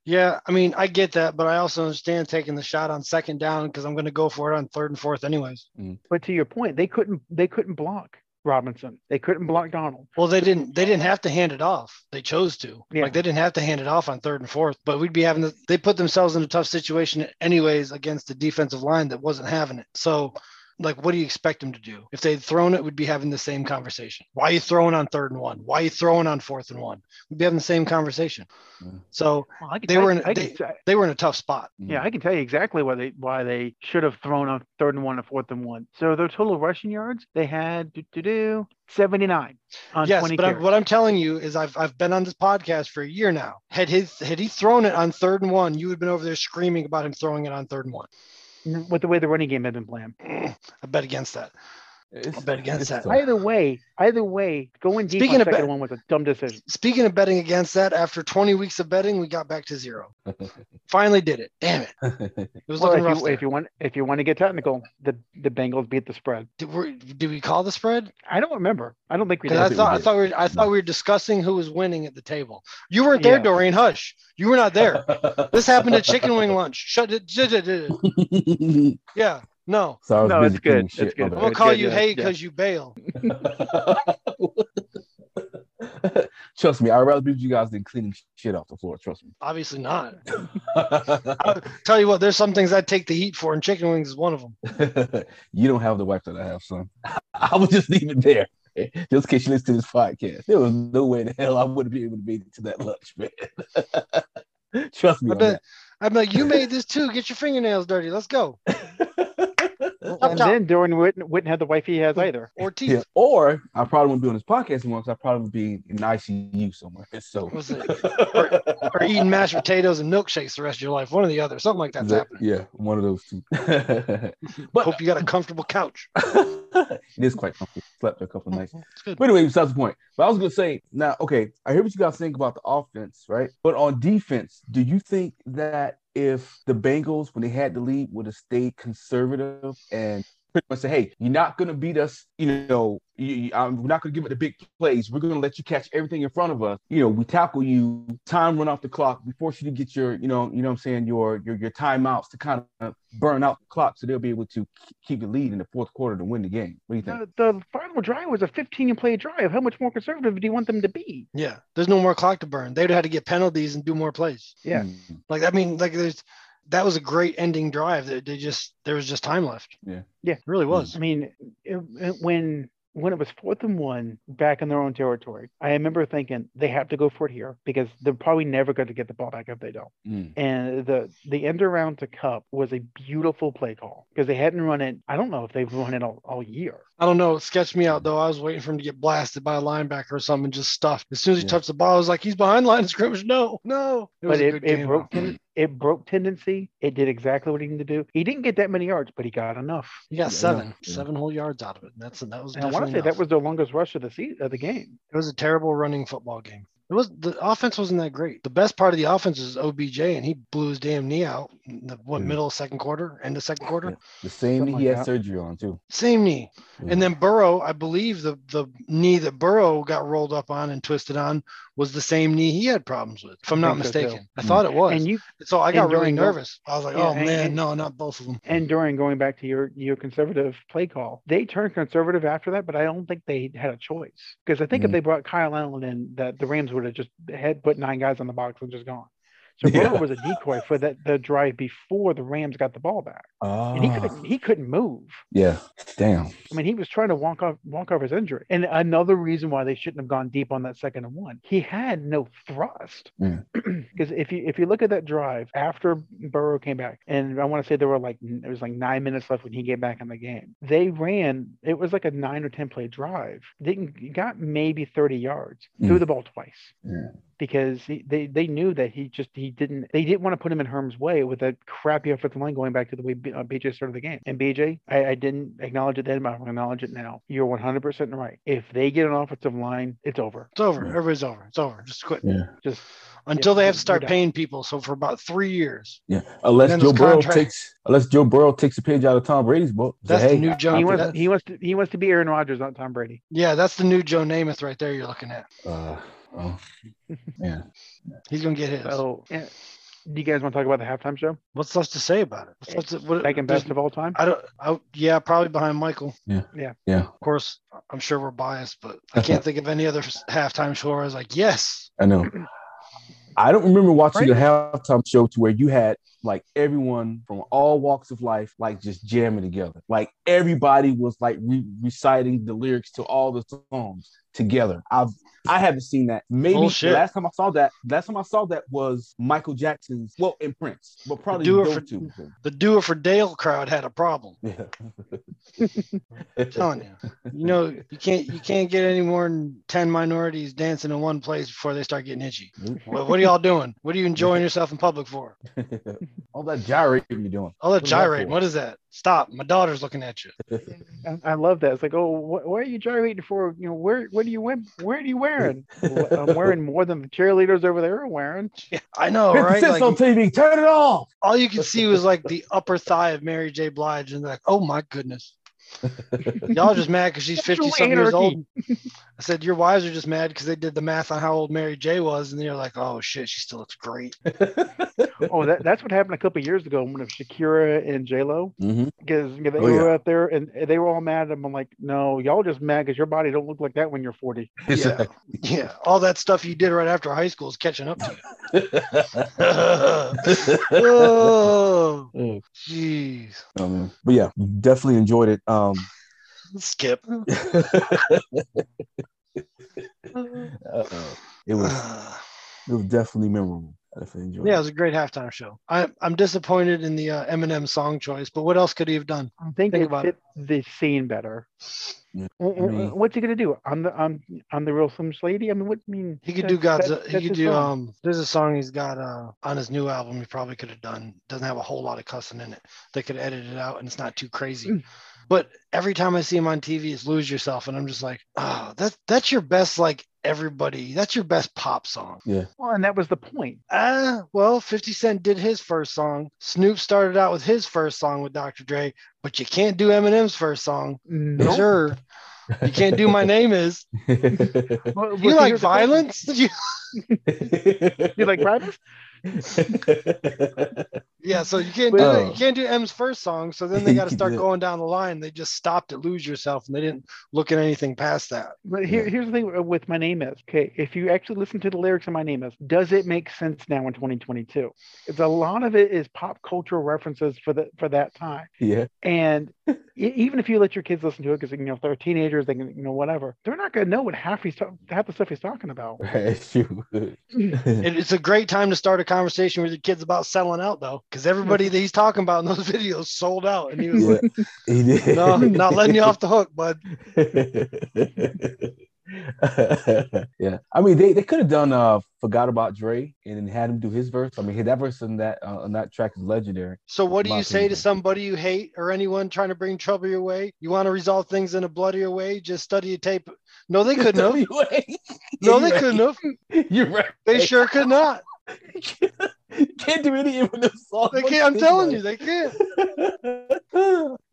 [SPEAKER 2] Yeah, I mean, I get that, but I also understand taking the shot on second down because I'm gonna go for it on third and fourth anyways.
[SPEAKER 3] But to your point, they couldn't they couldn't block Robinson. They couldn't block Donald.
[SPEAKER 2] Well, they didn't. They didn't have to hand it off. They chose to.
[SPEAKER 3] Yeah.
[SPEAKER 2] Like they didn't have to hand it off on third and fourth. But we'd be having. To, they put themselves in a tough situation anyways against the defensive line that wasn't having it. So, like, what do you expect them to do? If they'd thrown it, we'd be having the same conversation. Why are you throwing on third and one? Why are you throwing on fourth and one? We'd be having the same conversation.
[SPEAKER 4] Yeah.
[SPEAKER 2] So
[SPEAKER 3] Well, I can
[SPEAKER 2] They
[SPEAKER 3] tell-
[SPEAKER 2] were in-
[SPEAKER 3] I can-
[SPEAKER 2] they were in a tough spot.
[SPEAKER 3] Yeah, I can tell you exactly why they why they should have thrown a third and one and fourth and one. So their total rushing yards they had do do do seventy nine on
[SPEAKER 2] yes,
[SPEAKER 3] twenty
[SPEAKER 2] but I'm,
[SPEAKER 3] carries.
[SPEAKER 2] what I'm telling you is I've I've been on this podcast for a year now. Had his had he thrown it on third and one, you would have been over there screaming about him throwing it on third and one.
[SPEAKER 3] with the way the running game had been playing.
[SPEAKER 2] I bet against that.
[SPEAKER 4] It's-
[SPEAKER 2] I bet against
[SPEAKER 4] it's
[SPEAKER 2] that.
[SPEAKER 4] tough.
[SPEAKER 3] Either way, either way, going deep
[SPEAKER 2] Speaking
[SPEAKER 3] on
[SPEAKER 2] of
[SPEAKER 3] second
[SPEAKER 2] bet-
[SPEAKER 3] one was a dumb decision.
[SPEAKER 2] Speaking of betting against that, after 20 weeks of betting, we got back
[SPEAKER 3] *laughs*
[SPEAKER 2] to zero. Finally did it. Damn it. It was
[SPEAKER 3] Well, if
[SPEAKER 2] looking rough.
[SPEAKER 3] you, if
[SPEAKER 2] there.
[SPEAKER 3] you want if you want to get technical, the the Bengals beat the spread.
[SPEAKER 2] Did, we, did we call the spread?
[SPEAKER 3] I don't remember. I don't think we did.
[SPEAKER 2] Because I
[SPEAKER 4] did.
[SPEAKER 2] thought I
[SPEAKER 4] did.
[SPEAKER 2] thought we were, I thought we were discussing who was winning at the table. You weren't there,
[SPEAKER 3] Yeah.
[SPEAKER 2] Doreen. Hush. You were
[SPEAKER 3] *laughs*
[SPEAKER 2] not there. This happened at chicken wing lunch. Shut it. shut it- Yeah. No.
[SPEAKER 4] *laughs* Sorry, I
[SPEAKER 3] No,
[SPEAKER 4] was busy
[SPEAKER 3] it's good.
[SPEAKER 4] eating shit,
[SPEAKER 3] It's good.
[SPEAKER 2] I'm
[SPEAKER 4] my
[SPEAKER 2] gonna
[SPEAKER 3] Good,
[SPEAKER 2] call
[SPEAKER 3] good,
[SPEAKER 2] you
[SPEAKER 3] yeah,
[SPEAKER 2] hey
[SPEAKER 3] yeah.
[SPEAKER 2] because you bail.
[SPEAKER 4] bad. *laughs* Trust me, I'd rather be with you guys than cleaning shit off the floor.
[SPEAKER 2] *laughs*
[SPEAKER 4] Trust me.
[SPEAKER 2] Obviously not. I'll tell you what, there's some things I take the heat for, and chicken wings is one of them.
[SPEAKER 4] you don't have the wife that I have, son. I would just leave it there. Just in case you listen to this podcast. There was no way in hell I wouldn't be able to make it to that lunch, man. *laughs* Trust me.
[SPEAKER 2] I
[SPEAKER 4] on
[SPEAKER 2] bet. I'm
[SPEAKER 3] *laughs*
[SPEAKER 2] like, you made this too. Get your fingernails dirty. Let's go.
[SPEAKER 4] that.
[SPEAKER 3] And
[SPEAKER 2] top.
[SPEAKER 3] then Dorian wouldn't, wouldn't have the wife he has either.
[SPEAKER 2] Or teeth.
[SPEAKER 4] Yeah, or I probably wouldn't be on this podcast anymore because I probably would be in ICU somewhere. So
[SPEAKER 3] *laughs*
[SPEAKER 2] What's it? Or eating mashed potatoes and milkshakes the rest of your life. One or the other. Something like that's happening.
[SPEAKER 4] yeah, one of those two. *laughs* but
[SPEAKER 2] Hope you got a comfortable couch.
[SPEAKER 4] it is quite comfy. Slept a couple nights.
[SPEAKER 2] It's good.
[SPEAKER 4] But anyway, besides the point. But I was gonna say now, okay, I hear what you guys think about the offense, right? But on defense, do you think that if the Bengals, when they had the lead, would have stayed conservative and pretty much say, "Hey, you're not gonna beat us," you know, you, you- I'm, we're not gonna give it the big plays. We're gonna let you catch everything in front of us. You know, we tackle you, time run off the clock. We force you to get your, you know, you know, what I'm saying your your your timeouts to kind of burn out the clock, so they'll be able to keep the lead in the fourth quarter to win the game. What do you think?
[SPEAKER 3] The, the final drive was a 15 play drive. How much more conservative do you want them to be?
[SPEAKER 2] Yeah. There's no more clock to burn. They'd have had to get penalties and do more plays.
[SPEAKER 3] Yeah.
[SPEAKER 4] Hmm.
[SPEAKER 2] Like I mean, like there's that was a great ending drive. That they just there was just time left.
[SPEAKER 4] Yeah. Mm.
[SPEAKER 3] Yeah.
[SPEAKER 2] It really was.
[SPEAKER 3] I mean, it, it- when when it was fourth and one back in their own territory, I remember thinking they have to go for it here because they're probably never going to get the ball back if they don't.
[SPEAKER 4] Mm.
[SPEAKER 3] And the the end around to Cup was a beautiful play call because they hadn't run it. I don't know if they've run it all, all year.
[SPEAKER 2] I don't know. It sketched me out though. I was waiting for him to get blasted by a linebacker or something, and just stuffed. As soon as he
[SPEAKER 4] Yeah.
[SPEAKER 2] touched the ball, I was like, he's behind line of scrimmage. No, no. It was
[SPEAKER 3] but
[SPEAKER 2] a
[SPEAKER 3] it,
[SPEAKER 2] good
[SPEAKER 3] it
[SPEAKER 2] game.
[SPEAKER 3] broke ten, it broke tendency. It did exactly what he needed to do. He didn't get that many yards, but he got enough.
[SPEAKER 2] He got
[SPEAKER 4] Yeah,
[SPEAKER 2] seven,
[SPEAKER 4] yeah.
[SPEAKER 2] seven whole yards out of it. And that's that was
[SPEAKER 3] And I
[SPEAKER 2] definitely
[SPEAKER 3] want to say
[SPEAKER 2] enough.
[SPEAKER 3] that was the longest rush of the season, of the game.
[SPEAKER 2] it was a terrible running football game. It was the offense wasn't that great. The best part of the offense was OBJ, and he blew his damn knee out in the what
[SPEAKER 4] Mhm.
[SPEAKER 2] middle of second quarter, end of second quarter.
[SPEAKER 4] Yeah. The same
[SPEAKER 3] Something
[SPEAKER 4] knee he
[SPEAKER 3] like
[SPEAKER 4] had surgery on too.
[SPEAKER 2] Same knee.
[SPEAKER 4] Yeah.
[SPEAKER 2] And then Burrow, I believe the the knee that Burrow got rolled up on and twisted on was the same knee he had problems with, if I'm
[SPEAKER 3] I
[SPEAKER 2] not
[SPEAKER 3] think so, too.
[SPEAKER 2] mistaken. I thought it was.
[SPEAKER 3] And you
[SPEAKER 2] so I got
[SPEAKER 3] and
[SPEAKER 2] really
[SPEAKER 3] during the-
[SPEAKER 2] nervous. I was like,
[SPEAKER 3] Yeah,
[SPEAKER 2] oh
[SPEAKER 3] and-
[SPEAKER 2] man,
[SPEAKER 3] and-
[SPEAKER 2] no, not both of them.
[SPEAKER 3] and during going back to your your conservative play call, they turned conservative after that, but I don't think they had a choice because I think if
[SPEAKER 4] Mhm.
[SPEAKER 3] they brought Kyle Allen in, that the Rams would have just had put nine guys on the box and just gone. So
[SPEAKER 4] Yeah.
[SPEAKER 3] Burrow was a decoy for that the drive before the Rams got the ball back,
[SPEAKER 4] Ah,
[SPEAKER 3] and he couldn't he couldn't move.
[SPEAKER 4] yeah, damn.
[SPEAKER 3] I mean, he was trying to walk off walk off his injury. And another reason why they shouldn't have gone deep on that second and one, he had no thrust. *clears throat*
[SPEAKER 4] Yeah.
[SPEAKER 3] Because if you if you look at that drive after Burrow came back, and I want to say there were like it was like nine minutes left when he came back in the game. They ran it was like a nine or ten play drive. Didn't got maybe thirty yards.
[SPEAKER 4] Mm.
[SPEAKER 3] Threw the ball twice.
[SPEAKER 4] Yeah.
[SPEAKER 3] Because he, they, they knew that he just he didn't they didn't want to put him in harm's way with that crappy offensive line going back to the way B, uh, BJ started the game and BJ I, I didn't acknowledge it then but I'm gonna acknowledge it now you're 100 percent right if they get an offensive line it's over
[SPEAKER 2] It's over.
[SPEAKER 4] Yeah.
[SPEAKER 2] Everybody's over. It's over. Just quit.
[SPEAKER 4] Yeah,
[SPEAKER 3] just
[SPEAKER 2] Until they have to
[SPEAKER 3] you're
[SPEAKER 2] start
[SPEAKER 3] done.
[SPEAKER 2] paying people. So for about three years.
[SPEAKER 4] yeah.
[SPEAKER 2] And then
[SPEAKER 4] Unless Joe
[SPEAKER 2] his
[SPEAKER 4] Burrow
[SPEAKER 2] contract-
[SPEAKER 4] takes, unless Joe Burrow takes a page out of Tom Brady's book. Say,
[SPEAKER 2] That's the
[SPEAKER 4] hey,
[SPEAKER 2] new
[SPEAKER 4] I-
[SPEAKER 2] Joe-
[SPEAKER 4] I
[SPEAKER 3] he
[SPEAKER 4] think
[SPEAKER 3] wants
[SPEAKER 4] that's-
[SPEAKER 3] he wants to he wants to be Aaron Rodgers not Tom Brady
[SPEAKER 2] Yeah, that's the new Joe Namath right there you're looking at.
[SPEAKER 4] Uh, well, *laughs* yeah.
[SPEAKER 2] He's gonna get his.
[SPEAKER 3] so yeah. do you guys want to talk about the halftime show
[SPEAKER 2] What's left to say about it? What's left to, what,
[SPEAKER 3] second
[SPEAKER 2] there's-
[SPEAKER 3] best of all time
[SPEAKER 2] Uh, I don't I, yeah, probably behind Michael.
[SPEAKER 4] Yeah,
[SPEAKER 2] Of course, I'm sure we're biased, but I can't think of any other s- halftime show where I was like, yes.
[SPEAKER 4] I
[SPEAKER 2] *clears throat*
[SPEAKER 4] know. I don't remember watching
[SPEAKER 3] Right.
[SPEAKER 4] the halftime show to where you had like everyone from all walks of life like just jamming together. Like everybody was like re- reciting the lyrics to all the songs. together. I've I haven't seen that. Maybe
[SPEAKER 2] Bullshit.
[SPEAKER 4] the last time I saw that, last time I saw that was Michael Jackson's, well, and Prince, but probably
[SPEAKER 2] Do it
[SPEAKER 4] those
[SPEAKER 2] for-
[SPEAKER 4] two.
[SPEAKER 2] The Do It for Dale crowd had a problem.
[SPEAKER 4] *laughs* Yeah.
[SPEAKER 2] *laughs* telling
[SPEAKER 4] *laughs*
[SPEAKER 2] you. You know, you can't you can't get any more than ten minorities dancing in one place before they start getting itchy. What, what are y'all doing? What are you enjoying yourself in public for?
[SPEAKER 4] All that gyrating you're doing.
[SPEAKER 2] All that
[SPEAKER 4] What is that
[SPEAKER 2] gyrating.
[SPEAKER 4] for?
[SPEAKER 2] What is that? Stop! My daughter's looking at you.
[SPEAKER 3] I, I love that. It's like, oh, wh- why are you gyrating for? You know, where what do you wear? Where are you wearing? Well, I'm wearing more than the cheerleaders over there are wearing.
[SPEAKER 2] Yeah, I know,
[SPEAKER 4] 50
[SPEAKER 2] right?
[SPEAKER 4] cents on
[SPEAKER 2] Like,
[SPEAKER 4] TV. Turn it off.
[SPEAKER 2] all you could see was like the upper thigh of Mary J. Blige, and like, oh my goodness, y'all just mad because she's
[SPEAKER 3] Sexual
[SPEAKER 2] fifty something years
[SPEAKER 3] anarchy.
[SPEAKER 2] old. *laughs* I said your wives are just mad because they did the math on how old Mary J. was, and they're like, oh shit, she still looks great.
[SPEAKER 3] Oh, that, that's what happened a couple of years ago. One of Shakira and J Lo,
[SPEAKER 4] Mhm.
[SPEAKER 3] because they
[SPEAKER 4] Oh,
[SPEAKER 3] were
[SPEAKER 4] yeah.
[SPEAKER 3] out there and and they were all mad at them. I'm like, no, y'all just mad because your body don't look like that when you're 40.
[SPEAKER 2] Yeah, yeah. All that stuff you did right after high school is catching up to you. *laughs* oh,
[SPEAKER 4] Mm.
[SPEAKER 2] jeez.
[SPEAKER 4] Um, but yeah, definitely enjoyed it. Um,
[SPEAKER 2] Skip.
[SPEAKER 4] uh-oh.
[SPEAKER 2] *sighs*
[SPEAKER 4] it was
[SPEAKER 2] Uh,
[SPEAKER 4] it was definitely memorable. I definitely enjoyed
[SPEAKER 2] yeah, it
[SPEAKER 4] it.
[SPEAKER 2] was a great halftime show. I, I'm disappointed in the uh, Eminem song choice, but what else could he have done?
[SPEAKER 3] I think,
[SPEAKER 2] Think
[SPEAKER 3] it
[SPEAKER 2] about
[SPEAKER 3] fit the scene better.
[SPEAKER 4] Yeah,
[SPEAKER 3] W-
[SPEAKER 4] I
[SPEAKER 3] w-
[SPEAKER 4] mean-
[SPEAKER 3] What's he gonna do? I'm the I'm I'm the real Slim Shady. I mean, what I mean?
[SPEAKER 2] He could
[SPEAKER 3] that-
[SPEAKER 2] do God's.
[SPEAKER 3] that-
[SPEAKER 2] he
[SPEAKER 3] that's
[SPEAKER 2] could
[SPEAKER 3] his
[SPEAKER 2] do.
[SPEAKER 3] song.
[SPEAKER 2] Um, there's a song he's got uh, on his new album. He probably could have done. Doesn't have a whole lot of cussing in it. They could edit it out, and it's not too crazy.
[SPEAKER 3] Mm.
[SPEAKER 2] but every time I see him on TV, it's "Lose Yourself," and I'm just like, oh, that's that's your best. Like everybody, that's your best pop song.
[SPEAKER 3] Well, and that was the point.
[SPEAKER 2] Ah, well, 50 Cent did his first song. Snoop started out with his first song with Dr. Dre, but you can't do Eminem's first song.
[SPEAKER 3] No.
[SPEAKER 2] Sure. You can't do My Name Is.
[SPEAKER 3] Well, well,
[SPEAKER 2] You
[SPEAKER 3] so
[SPEAKER 2] like
[SPEAKER 3] here's the thing.
[SPEAKER 2] violence? *laughs* You-
[SPEAKER 3] You like violence?
[SPEAKER 2] yeah, so you can't do
[SPEAKER 4] Well-
[SPEAKER 2] that. You can't do M's first song. So then they got to
[SPEAKER 4] You *laughs*
[SPEAKER 2] start
[SPEAKER 4] did.
[SPEAKER 2] going down the line. They just stopped at Lose Yourself and they didn't look at anything past that.
[SPEAKER 3] But here,
[SPEAKER 4] Yeah.
[SPEAKER 3] here's the thing with my name is okay. If you actually listen to the lyrics of my name is, does it make sense now in 2022? It's a lot of it is pop cultural references for the for that time.
[SPEAKER 4] *laughs* yeah.
[SPEAKER 3] And
[SPEAKER 2] *laughs*
[SPEAKER 3] e- even if you let your kids listen to it, because you know if they're teenagers, they can you know whatever. They're not gonna know what half he's ta- half the stuff he's talking
[SPEAKER 2] *laughs*
[SPEAKER 3] about.
[SPEAKER 4] That's true.
[SPEAKER 2] It, it's a great time to start a conversation with your kids about selling out, though, because everybody that he's talking about in those *laughs* videos sold out. And he was
[SPEAKER 4] Yeah,
[SPEAKER 2] like,
[SPEAKER 4] he did.
[SPEAKER 2] no, not letting you off the hook, bud.
[SPEAKER 4] *laughs* yeah, I mean they, they could have done uh forgot about Dre and then had him do his verse. I mean that verse on that uh, on that track is legendary.
[SPEAKER 2] So what do
[SPEAKER 4] My
[SPEAKER 2] you say to
[SPEAKER 4] opinion.
[SPEAKER 2] somebody you hate or anyone trying to bring trouble your way? You want to resolve things in a bloodier way? Just study a tape. *laughs* No, they couldn't have.
[SPEAKER 4] *laughs* You're right.
[SPEAKER 2] No, they
[SPEAKER 4] You're
[SPEAKER 2] couldn't have.
[SPEAKER 4] right. You're right.
[SPEAKER 2] They sure could not.
[SPEAKER 4] can't do any of those songs. *laughs*
[SPEAKER 2] They can't. I'm telling you, they can't.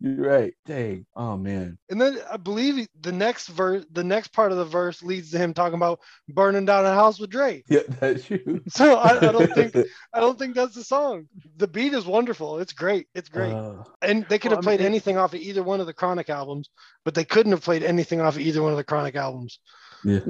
[SPEAKER 4] You're right. Dang. Oh man. *laughs*
[SPEAKER 2] And then I believe the next verse, the next part of the verse leads to him talking about burning down a house with Dre.
[SPEAKER 4] Yeah, that's you.
[SPEAKER 2] *laughs* So I, I don't think
[SPEAKER 4] *laughs*
[SPEAKER 2] I don't think that's the song. The beat is wonderful. It's great. It's great.
[SPEAKER 4] Uh, *laughs*
[SPEAKER 2] and they could
[SPEAKER 3] well,
[SPEAKER 2] have
[SPEAKER 3] I mean,
[SPEAKER 2] played
[SPEAKER 3] it-
[SPEAKER 2] anything off of either one of the Chronic albums, but they couldn't have played anything off of either one of the Chronic albums. Look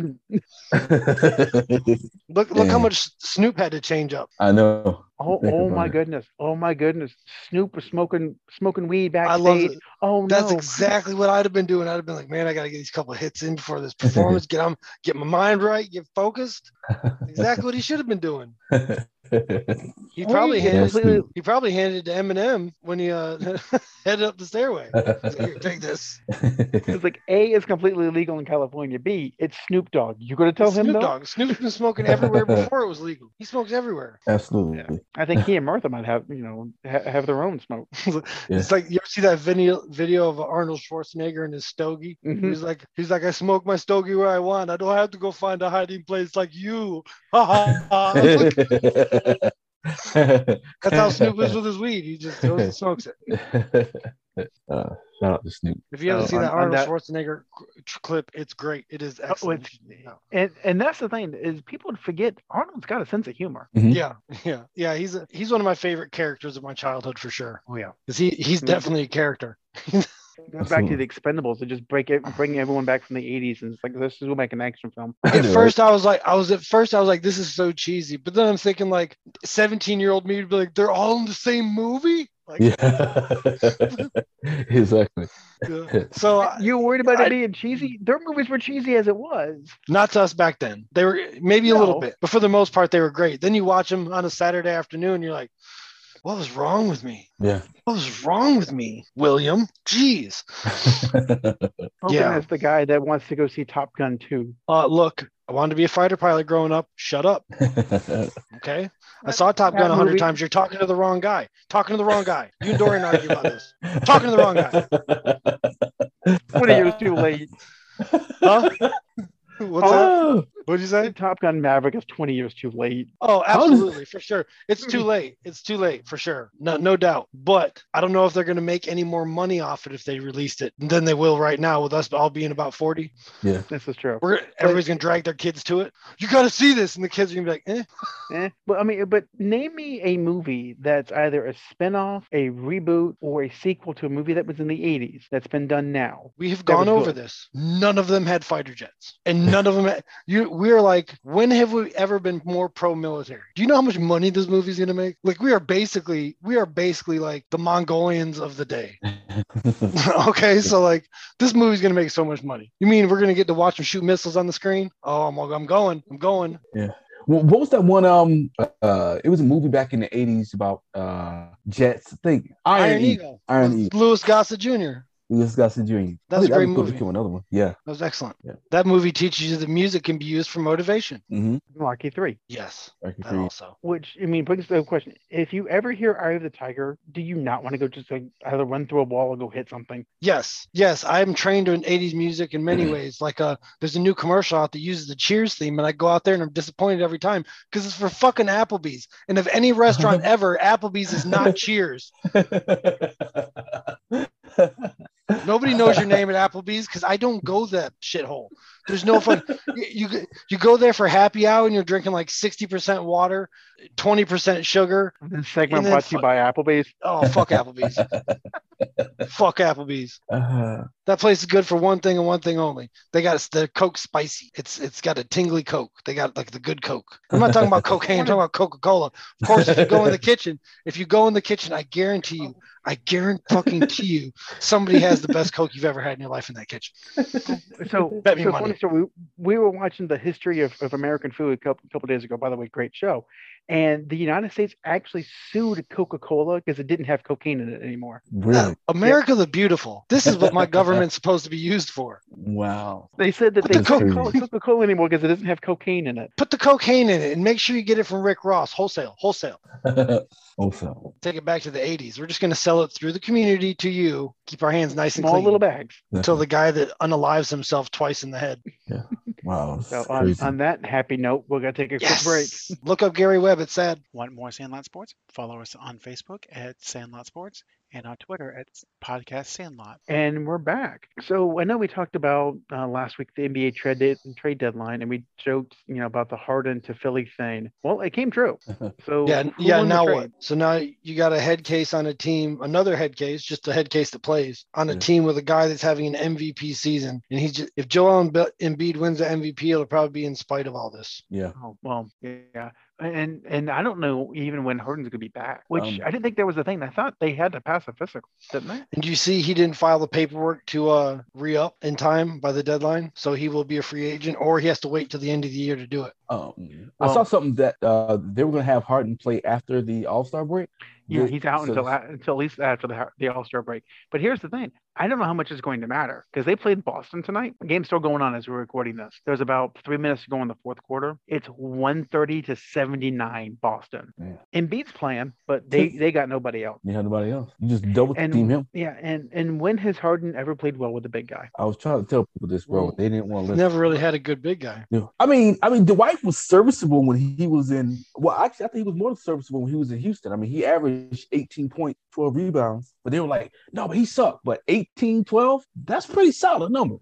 [SPEAKER 2] look how
[SPEAKER 4] Damn.
[SPEAKER 2] much Snoop had to change up.
[SPEAKER 4] I know. *laughs*
[SPEAKER 3] Oh,
[SPEAKER 4] Think
[SPEAKER 3] oh
[SPEAKER 4] about
[SPEAKER 3] my
[SPEAKER 4] it.
[SPEAKER 3] goodness! Oh my goodness! Snoop was smoking smoking weed
[SPEAKER 2] I love
[SPEAKER 3] backstage.
[SPEAKER 2] it.
[SPEAKER 3] Oh
[SPEAKER 2] That's
[SPEAKER 3] no!
[SPEAKER 2] exactly what I'd have been doing. I'd have been like, man, I got to get these couple hits in
[SPEAKER 3] *laughs*
[SPEAKER 2] before this performance. get on, get my mind right, get focused. Exactly what he should have been doing. He probably
[SPEAKER 3] Wait,
[SPEAKER 2] handed,
[SPEAKER 4] Yes,
[SPEAKER 3] completely-
[SPEAKER 2] he probably handed it to Eminem when he uh, *laughs* headed up the stairway. He's like, "Here, take this.
[SPEAKER 3] It's like A is completely illegal in California. B, it's Snoop Dogg. You gonna tell him
[SPEAKER 2] Snoop
[SPEAKER 3] no?
[SPEAKER 2] Dogg. Snoop's been smoking everywhere before it was legal. He smokes everywhere.
[SPEAKER 4] Absolutely.
[SPEAKER 3] I think he and Martha might have you know ha- have their own smoke.
[SPEAKER 4] *laughs*
[SPEAKER 2] It's like you ever see that video video of Arnold Schwarzenegger and his stogie.
[SPEAKER 3] Mhm.
[SPEAKER 2] He's like, he's like, I smoke my stogie where I want. I don't have to go find a hiding place like you. Ha, ha, ha."
[SPEAKER 4] *laughs*
[SPEAKER 2] It's like, That's how Snoop is with his weed. He just goes and smokes it.
[SPEAKER 4] *laughs* Uh, shout out to Snoop.
[SPEAKER 2] If you haven't
[SPEAKER 3] Oh,
[SPEAKER 2] seen
[SPEAKER 3] on-
[SPEAKER 2] that
[SPEAKER 3] on
[SPEAKER 2] Arnold
[SPEAKER 3] that- Oh,
[SPEAKER 2] Schwarzenegger c- clip, it's great. It is excellent.
[SPEAKER 3] And and that's the thing is people forget Arnold's got a sense of humor.
[SPEAKER 2] yeah, yeah, yeah. He's a, he's one of my favorite characters of my childhood for sure.
[SPEAKER 3] Oh yeah.
[SPEAKER 2] 'Cause he he's
[SPEAKER 3] Mhm.
[SPEAKER 2] definitely a character.
[SPEAKER 3] Back to the Expendables and just break it, bring everyone back from the '80s and it's like this is we'll make an action film.
[SPEAKER 2] At
[SPEAKER 4] *laughs*
[SPEAKER 2] first, I was like, I was at first, I was like, this is so cheesy. But then I'm thinking, like, 17 year old me would be like, they're all in the same movie. Like,
[SPEAKER 4] Yeah, *laughs* exactly.
[SPEAKER 3] *laughs*
[SPEAKER 2] yeah. uh, So I-
[SPEAKER 3] You worried about it
[SPEAKER 2] I-
[SPEAKER 3] being cheesy? Their movies were cheesy as it was.
[SPEAKER 2] not to us back then. They were maybe a little
[SPEAKER 3] No.
[SPEAKER 2] bit, but for the most part, they were great. Then you watch them on a Saturday afternoon, you're like, what was wrong with me?
[SPEAKER 4] Yeah. *laughs*
[SPEAKER 2] What was wrong with me, William?
[SPEAKER 3] *laughs*
[SPEAKER 2] Jeez.
[SPEAKER 3] Hoping
[SPEAKER 2] Yeah.
[SPEAKER 3] that's the guy that wants to go see Top Gun
[SPEAKER 2] *laughs*
[SPEAKER 3] 2.
[SPEAKER 2] Uh, look, I wanted to be a fighter pilot growing up. Shut up. Okay. I saw Top
[SPEAKER 3] That
[SPEAKER 2] Gun a hundred
[SPEAKER 3] movie-
[SPEAKER 2] times. You're talking to the wrong guy. Talking to the wrong guy. You and Dorian argue about this. Talking to the wrong
[SPEAKER 4] guy.
[SPEAKER 3] What are you too late?
[SPEAKER 2] Huh? *laughs* What's that?
[SPEAKER 4] Oh,
[SPEAKER 2] What'd you say?
[SPEAKER 3] Top Gun Maverick is 20 years too late.
[SPEAKER 2] Oh,
[SPEAKER 4] How does-
[SPEAKER 2] absolutely, for sure. It's too late. It's too late for sure. No, no doubt. But I don't know if they're going to make any more money off it if they released it than they will right now with us all being about forty.
[SPEAKER 3] This is true.
[SPEAKER 2] We're everybody's going to drag their kids to it. You got to see this, and the kids are going to be like, eh.
[SPEAKER 3] Eh, But I mean, but name me a movie that's either a spin-off, a reboot, or a sequel to a movie that was in the 80s that's been done now.
[SPEAKER 2] We have
[SPEAKER 3] That was
[SPEAKER 2] gone over
[SPEAKER 3] good.
[SPEAKER 2] this. None of them had fighter jets,
[SPEAKER 4] *laughs*
[SPEAKER 2] and none of them. Had, you, we're like, when have we ever been more pro-military? Do you know how much money this movie's gonna make? Like, we are basically, we are basically like the Mongolians of the
[SPEAKER 4] *laughs*
[SPEAKER 2] day. *laughs*
[SPEAKER 4] Oh.
[SPEAKER 2] okay, so like, this movie's gonna make so much money. You mean we're gonna get to watch them shoot missiles on the screen? Oh, I'm, I'm going, I'm going.
[SPEAKER 4] Well, what was that one? Um, uh, it was a movie back in the '80s about uh jets. I think Iron,
[SPEAKER 2] Iron
[SPEAKER 4] Eagle.
[SPEAKER 2] Eagle.
[SPEAKER 4] Iron Eagle.
[SPEAKER 2] Louis Gossett Jr.
[SPEAKER 4] We just got some dream.
[SPEAKER 2] That
[SPEAKER 4] I
[SPEAKER 2] was
[SPEAKER 4] think
[SPEAKER 2] a great
[SPEAKER 4] that'd be cool to
[SPEAKER 2] movie.
[SPEAKER 4] do Another one. Yeah.
[SPEAKER 2] That was excellent.
[SPEAKER 4] Yeah.
[SPEAKER 2] That movie teaches you that music can be used for motivation.
[SPEAKER 4] Mm-hmm.
[SPEAKER 3] Rocky 3.
[SPEAKER 2] Yes,
[SPEAKER 4] I can
[SPEAKER 2] that also.
[SPEAKER 3] Which I mean brings to the question: If you ever hear "Eye of the Tiger," do you not want to go just like either run through a wall or go hit something?
[SPEAKER 2] Yes, yes, I am trained in 80s music in many ways. Like, uh, there's a new commercial out that uses the Cheers theme, and I go out there and I'm disappointed every time because it's for fucking Applebee's. And of any restaurant ever, Applebee's is not Cheers.
[SPEAKER 4] agree.
[SPEAKER 2] Nobody knows your name at Applebee's because I don't go that shithole. There's no fun. You, you g- you go there for happy hour and you're drinking like 60% water, 20% sugar.
[SPEAKER 3] This segment
[SPEAKER 2] then
[SPEAKER 3] brought to you
[SPEAKER 2] fu-
[SPEAKER 3] by Applebee's.
[SPEAKER 2] Oh fuck Applebee's. fuck Applebee's.
[SPEAKER 4] *laughs* Uh,
[SPEAKER 2] That place is good for one thing and one thing only. They got the Coke spicy. It's it's got a tingly Coke. They got like the good Coke. I'm not
[SPEAKER 3] *laughs*
[SPEAKER 2] talking about cocaine. I'm talking about Coca Cola. Of course, if you go in the kitchen, if you go in the kitchen, I guarantee you, I
[SPEAKER 3] *laughs*
[SPEAKER 2] guarantee you, somebody has the best Coke you've ever had in your life in that kitchen.
[SPEAKER 3] So,
[SPEAKER 2] Bet me
[SPEAKER 3] so
[SPEAKER 2] money.
[SPEAKER 3] funny story. We, we were watching the history of, of American food a couple, couple days ago. By the way, great show. And the United States actually sued Coca Cola because it didn't have cocaine in it anymore.
[SPEAKER 4] really?
[SPEAKER 2] America the beautiful. This is
[SPEAKER 3] *laughs*
[SPEAKER 2] what my government's supposed to be used for.
[SPEAKER 4] Wow.
[SPEAKER 3] They said that
[SPEAKER 2] What
[SPEAKER 3] they
[SPEAKER 2] the
[SPEAKER 3] couldn't
[SPEAKER 4] co-
[SPEAKER 3] call it Coca Cola anymore because it doesn't have cocaine in it.
[SPEAKER 2] Put the cocaine in it and make sure you get it from Rick Ross wholesale. Wholesale.
[SPEAKER 4] *laughs* also,
[SPEAKER 2] Take it back to the 80s. We're just going to sell it through the community to you. Keep our hands nice and
[SPEAKER 3] Small
[SPEAKER 2] clean.
[SPEAKER 3] little bags.
[SPEAKER 2] until the guy that unalives himself twice in the head.
[SPEAKER 4] wow. this
[SPEAKER 3] So,
[SPEAKER 4] is
[SPEAKER 3] on,
[SPEAKER 4] crazy.
[SPEAKER 3] on that happy note, we're going to take a
[SPEAKER 2] Yes.
[SPEAKER 3] quick break.
[SPEAKER 2] Look up Gary Webb. It's sad.
[SPEAKER 1] Want more Sandlot Sports? Follow us on Facebook at Sandlot Sports and on Twitter at Podcast Sandlot.
[SPEAKER 3] And we're back. So I know we talked about uh, last week the NBA trade de- trade deadline, and we joked, you know, about the Harden to Philly thing. Well, it came
[SPEAKER 2] *laughs*
[SPEAKER 3] true. So
[SPEAKER 2] Yeah,
[SPEAKER 3] who
[SPEAKER 2] yeah.
[SPEAKER 3] won the
[SPEAKER 2] Now
[SPEAKER 3] trade?
[SPEAKER 2] what? So now you got a head case on a team, another head case, just a head case that plays on a
[SPEAKER 4] Yeah.
[SPEAKER 2] team with a guy that's having an MVP season, and he's just, if Joel Embi- Embiid wins the MVP, it'll probably be in spite of all this.
[SPEAKER 4] yeah.
[SPEAKER 3] Oh well, yeah, and and I don't know even when Harden's gonna be back, which
[SPEAKER 4] Um,
[SPEAKER 3] I didn't think there was a thing. I thought they had to pass a physical, didn't they?
[SPEAKER 2] And you see, he didn't file the paperwork to uh, re up in time by the deadline, so he will be a free agent, or he has to wait till the end of the year to do it.
[SPEAKER 4] Um, I
[SPEAKER 3] Well-
[SPEAKER 4] saw something that uh, they were going to have Harden play after the All Star break.
[SPEAKER 3] Yeah,
[SPEAKER 4] They-
[SPEAKER 3] he's out
[SPEAKER 4] so-
[SPEAKER 3] until a- until at least after the the All Star break. But here's the thing: I don't know how much is going to matter because they played Boston tonight. The game's still going on as we're recording this. There's about three minutes to go in the fourth quarter. It's 130 to 79 Boston.
[SPEAKER 4] Yeah.
[SPEAKER 3] Embiid's playing, but they they got nobody else.
[SPEAKER 4] You have nobody else. You just double
[SPEAKER 3] And-
[SPEAKER 4] team him.
[SPEAKER 3] Yeah, and and when has Harden ever played well with a big guy?
[SPEAKER 4] I was trying to tell people this, bro.
[SPEAKER 2] Well,
[SPEAKER 4] they didn't want to listen.
[SPEAKER 2] Never really had a good big guy.
[SPEAKER 4] Yeah. I mean, I mean, Dwight was serviceable when he was in. Well, actually, I think he was more serviceable when he was in Houston. I mean, he averaged 18 point 12 rebounds, but they were like, no, but he sucked. But 18, 12, that's pretty solid number.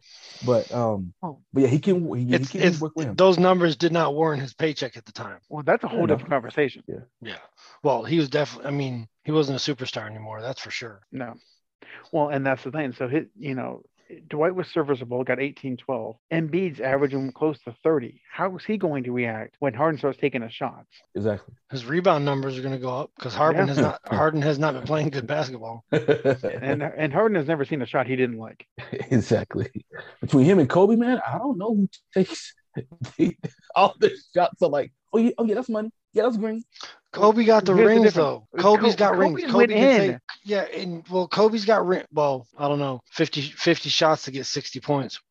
[SPEAKER 4] But um,
[SPEAKER 3] Oh.
[SPEAKER 4] but yeah, he can he, he
[SPEAKER 2] It's,
[SPEAKER 4] can
[SPEAKER 2] it's,
[SPEAKER 4] work with him.
[SPEAKER 2] those numbers did not warrant his paycheck at the time.
[SPEAKER 3] Well, that's a whole
[SPEAKER 4] enough.
[SPEAKER 3] different conversation.
[SPEAKER 2] Yeah. Well, he was definitely, I mean, he wasn't a superstar anymore. That's for sure.
[SPEAKER 3] No. Well, and that's the thing. So his, you know, Dwight was serviceable, got 18 12. Embiid's averaging close to 30. How is he going to react when Harden starts taking his shots?
[SPEAKER 4] Exactly.
[SPEAKER 2] His rebound numbers are going to go up because Harden
[SPEAKER 3] Yeah.
[SPEAKER 2] has not Harden has not been playing good basketball. *laughs*
[SPEAKER 3] And, and Harden has never seen a shot he didn't like.
[SPEAKER 4] *laughs* exactly. Between him and Kobe, man, I don't know who takes *laughs* all the shots are like, oh yeah, oh yeah, that's money. Yeah, that's green. *laughs*
[SPEAKER 2] Kobe got the
[SPEAKER 3] Here's the
[SPEAKER 2] rings
[SPEAKER 3] difference.
[SPEAKER 2] though. Kobe's
[SPEAKER 3] Co-
[SPEAKER 2] got
[SPEAKER 3] Kobe
[SPEAKER 2] rings.
[SPEAKER 3] went
[SPEAKER 2] Kobe can
[SPEAKER 3] in.
[SPEAKER 2] take yeah, and well, Kobe's got ring. Well, I don't know, 50, 50 shots to get sixty points.
[SPEAKER 4] *laughs*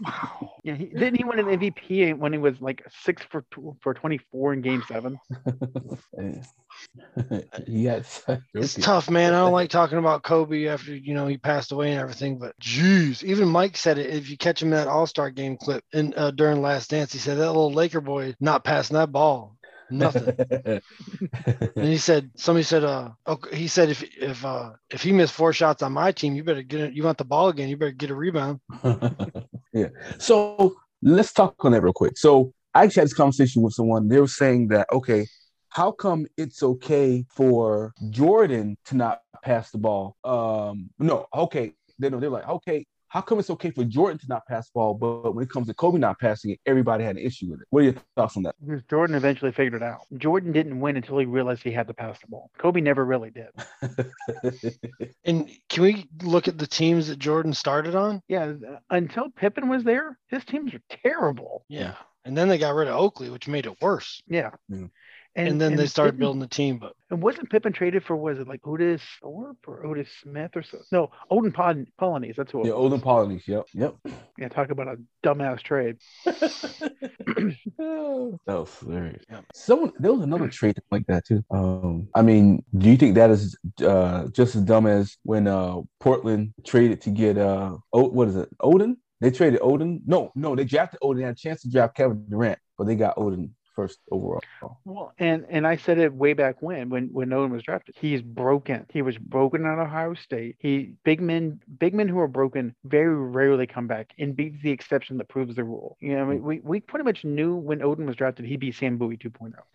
[SPEAKER 2] Wow.
[SPEAKER 3] Yeah, he, didn't he win an MVP when he was like six for tw- for 24 in Game Seven?
[SPEAKER 4] yes.
[SPEAKER 2] It's tough, man. I don't like talking about Kobe after you know he passed away and everything, but geez, even Mike said it. If you catch him in that All Star game clip in uh, during Last Dance, he said that little Laker boy not passing that ball, nothing.
[SPEAKER 4] *laughs*
[SPEAKER 2] And he said, somebody said, uh, okay, he said, if if uh, if he missed four shots on my team, you better get it. You want the ball again? You better get a rebound.
[SPEAKER 4] yeah. So let's talk on that real quick. So I actually had this conversation with someone. They were saying that okay, how come it's okay for Jordan to not pass the ball? Um, no, okay. They know they're like okay. How come it's okay for Jordan to not pass the ball, but when it comes to Kobe not passing it, everybody had an issue with it? What are your thoughts on that?
[SPEAKER 3] Because Jordan eventually figured it out. Jordan didn't win until he realized he had to pass the ball. Kobe never really did.
[SPEAKER 2] And can we look at the teams that Jordan started on?
[SPEAKER 3] Yeah, until Pippen was there, his teams were terrible.
[SPEAKER 2] Yeah. And then they got rid of Oakley, which made it worse.
[SPEAKER 3] Yeah.
[SPEAKER 4] Yeah.
[SPEAKER 2] Mm. And, then they started
[SPEAKER 3] didn't-
[SPEAKER 2] building the team. But
[SPEAKER 3] And wasn't Pippen traded for was it like Otis Thorpe or Otis Smith or so? No, Odin Pod- Polonies. That's what.
[SPEAKER 4] Yeah,
[SPEAKER 3] Yeah.
[SPEAKER 4] Olden Polonies. Yep, yep.
[SPEAKER 3] yeah, talk about a dumbass trade.
[SPEAKER 4] that was hilarious.
[SPEAKER 2] Yeah.
[SPEAKER 4] Someone there was another trade like that too. Um, I mean, do you think that is uh, just as dumb as when uh, Portland traded to get uh, o- what is it, Odin? They traded Odin. No, no, they drafted Odin. They had a chance to draft Kevin Durant, but they got Odin first overall.
[SPEAKER 3] Well, and and I said it way back when, when when Owen was drafted. He's broken. He was broken at Ohio State. He big men, big men who are broken very rarely come back, and be the exception that proves the rule. You know, I mean, we we pretty much knew when Odin was drafted, he'd be Sam Bowie oh.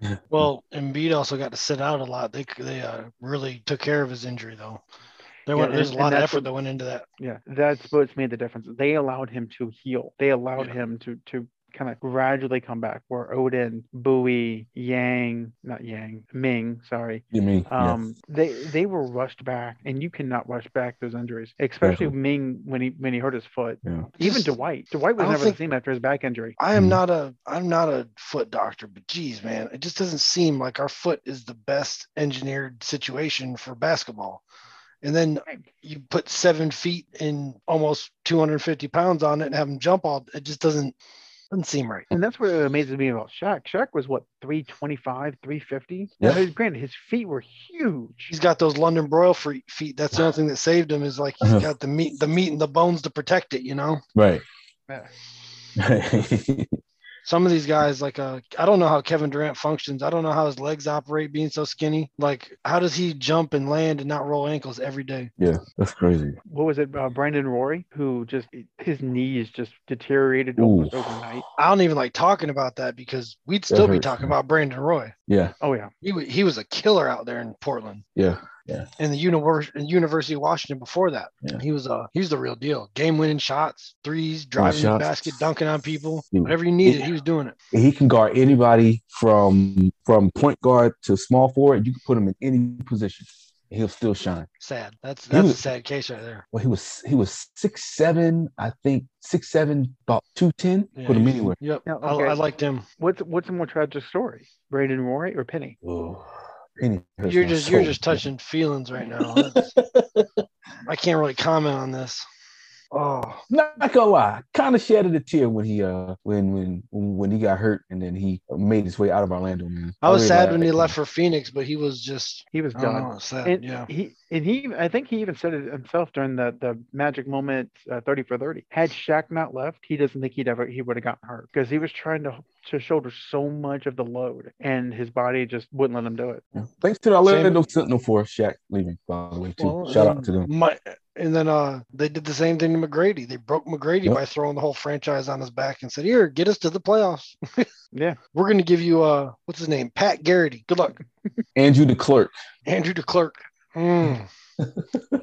[SPEAKER 3] 2.0.
[SPEAKER 2] well, Embiid also got to sit out a lot. They they uh, really took care of his injury though. There
[SPEAKER 3] Yeah,
[SPEAKER 2] went, there's a
[SPEAKER 3] and-
[SPEAKER 2] lot
[SPEAKER 3] and
[SPEAKER 2] of
[SPEAKER 3] that's
[SPEAKER 2] effort
[SPEAKER 3] what-
[SPEAKER 2] that went into that.
[SPEAKER 3] Yeah, that's what's made the difference. They allowed him to heal. They allowed
[SPEAKER 2] Yeah.
[SPEAKER 3] him to to kind of gradually come back. Where Odin, Bowie, Yang, not Yang, Ming, sorry,
[SPEAKER 4] You mean?
[SPEAKER 3] um, they they were rushed back, and you cannot rush back those injuries, especially Ming when he when he hurt his foot.
[SPEAKER 4] yeah.
[SPEAKER 3] Even
[SPEAKER 2] Just-
[SPEAKER 3] Dwight, Dwight
[SPEAKER 2] I
[SPEAKER 3] was
[SPEAKER 2] don't
[SPEAKER 3] never
[SPEAKER 2] think-
[SPEAKER 3] the same after his back injury.
[SPEAKER 2] I am
[SPEAKER 4] Mhm.
[SPEAKER 2] not a I'm not a foot doctor, but geez, man, it just doesn't seem like our foot is the best engineered situation for basketball. And then
[SPEAKER 3] Right.
[SPEAKER 2] you put seven feet and almost 250 pounds on it and have them jump all. It just doesn't doesn't seem right.
[SPEAKER 3] And that's what amazes me about Shaq. Shaq was what 325, 350.
[SPEAKER 4] Yeah.
[SPEAKER 3] Now, granted, his feet were huge.
[SPEAKER 2] He's got those London broil free feet. That's the only thing that saved him is like he's
[SPEAKER 4] Uh-huh.
[SPEAKER 2] got the meat, the meat and the bones to protect it. You know,
[SPEAKER 4] Right.
[SPEAKER 3] Yeah.
[SPEAKER 2] some of these guys like uh, I don't know how Kevin Durant functions. I don't know how his legs operate being so skinny. Like how does he jump and land and not roll ankles every day?
[SPEAKER 4] *laughs* yeah, that's crazy.
[SPEAKER 3] What was it? Uh, Brandon Roy, who just his knees just deteriorated almost
[SPEAKER 4] Ooh.
[SPEAKER 3] overnight.
[SPEAKER 2] I don't even like talking about that because we'd still be
[SPEAKER 4] hurts,
[SPEAKER 2] talking
[SPEAKER 4] man.
[SPEAKER 2] about Brandon Roy.
[SPEAKER 4] Yeah,
[SPEAKER 3] Oh yeah,
[SPEAKER 2] He, wa he was a killer out there in Portland
[SPEAKER 4] yeah.
[SPEAKER 2] and the universe, University of Washington before that.
[SPEAKER 4] Yeah.
[SPEAKER 2] He was a he's the real deal. Game winning shots, threes, driving the
[SPEAKER 4] shots.
[SPEAKER 2] basket, dunking on people,
[SPEAKER 4] Yeah.
[SPEAKER 2] whatever you needed, he was doing it.
[SPEAKER 4] he can guard anybody from from point guard to small forward. You can put him in any position. He'll still shine.
[SPEAKER 2] Sad. That's
[SPEAKER 4] He
[SPEAKER 2] that's a
[SPEAKER 4] was-
[SPEAKER 2] sad case right there.
[SPEAKER 4] Well, he was he was six seven, I think six seven, about two ten.
[SPEAKER 2] Yeah,
[SPEAKER 4] put him
[SPEAKER 2] he's-
[SPEAKER 4] anywhere.
[SPEAKER 2] Yep.
[SPEAKER 3] Yeah,
[SPEAKER 2] I,
[SPEAKER 3] okay.
[SPEAKER 2] I liked him.
[SPEAKER 3] what's what's a more tragic story, Brandon Roy or Penny?
[SPEAKER 4] Oh, Penny hurts
[SPEAKER 2] You're
[SPEAKER 4] my
[SPEAKER 2] just you're
[SPEAKER 4] soul.
[SPEAKER 2] just touching feelings right
[SPEAKER 3] *laughs*
[SPEAKER 2] now. That's- I can't really comment on this. Oh,
[SPEAKER 4] Not gonna lie, kind of shedded a tear when he uh when when when he got hurt and then he made his way out of Orlando. Man,
[SPEAKER 2] I was
[SPEAKER 4] really
[SPEAKER 2] sad
[SPEAKER 4] like-
[SPEAKER 2] when he left for Phoenix, but he was just
[SPEAKER 3] He was
[SPEAKER 2] I don't
[SPEAKER 3] done.
[SPEAKER 2] know, it's sad.
[SPEAKER 3] And
[SPEAKER 2] Oh, yeah.
[SPEAKER 3] he and he I think he even said it himself during the the magic moment uh, 30 for 30. Had Shaq not left, he doesn't think he'd ever he would have gotten hurt because he was trying to to shoulder so much of the load and his body just wouldn't let him do it.
[SPEAKER 4] Yeah. Thanks to the Orlando Sentinel for Shaq leaving. By the way, too.
[SPEAKER 2] Well,
[SPEAKER 4] Shout out
[SPEAKER 2] and
[SPEAKER 4] to them.
[SPEAKER 2] My, and then uh, they did the same thing to McGrady. They broke McGrady
[SPEAKER 4] Yep.
[SPEAKER 2] by throwing the whole franchise on his back and said, "Here, get us to the playoffs. *laughs*
[SPEAKER 3] Yeah.
[SPEAKER 2] We're going to give you uh, what's his name, Pat Garrity. Good luck,
[SPEAKER 4] Andrew the clerk.
[SPEAKER 2] Andrew DeClerc." Mm. Hmm.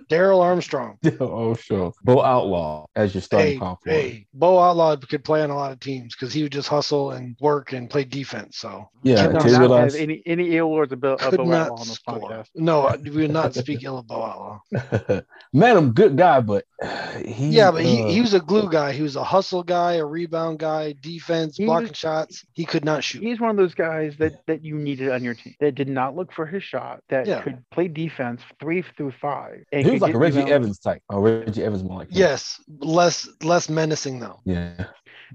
[SPEAKER 2] Daryl Armstrong.
[SPEAKER 4] *laughs* oh, sure. Bo Outlaw as your starting
[SPEAKER 2] Hey,
[SPEAKER 4] conflict.
[SPEAKER 2] hey, Bo Outlaw could play on a lot of teams because he would just hustle and work and play defense. So
[SPEAKER 4] Yeah,
[SPEAKER 2] Kid
[SPEAKER 3] Don't
[SPEAKER 2] Taylor
[SPEAKER 4] Taylor
[SPEAKER 3] not have
[SPEAKER 4] Lautner.
[SPEAKER 3] any any ill words about,
[SPEAKER 2] could
[SPEAKER 3] about Outlaw
[SPEAKER 2] not
[SPEAKER 3] on this
[SPEAKER 2] score.
[SPEAKER 3] podcast.
[SPEAKER 2] No, I- we would not speak ill of Bo Outlaw.
[SPEAKER 4] *laughs* Madam, good guy, but *sighs* he.
[SPEAKER 2] Yeah, but he,
[SPEAKER 4] uh,
[SPEAKER 2] he was a glue guy. He was a hustle guy, a rebound guy, defense,
[SPEAKER 3] He
[SPEAKER 2] blocking
[SPEAKER 3] was-
[SPEAKER 2] shots. He could not shoot.
[SPEAKER 3] He's one of those guys that that you needed on your team that did not look for his shot that
[SPEAKER 2] Yeah.
[SPEAKER 3] could play defense three through five. and
[SPEAKER 4] he was
[SPEAKER 3] could
[SPEAKER 4] like
[SPEAKER 3] get
[SPEAKER 4] a Reggie
[SPEAKER 3] rebounds.
[SPEAKER 4] Evans type. Oh, Reggie Evans more like that.
[SPEAKER 2] Yes, less less menacing though.
[SPEAKER 4] Yeah.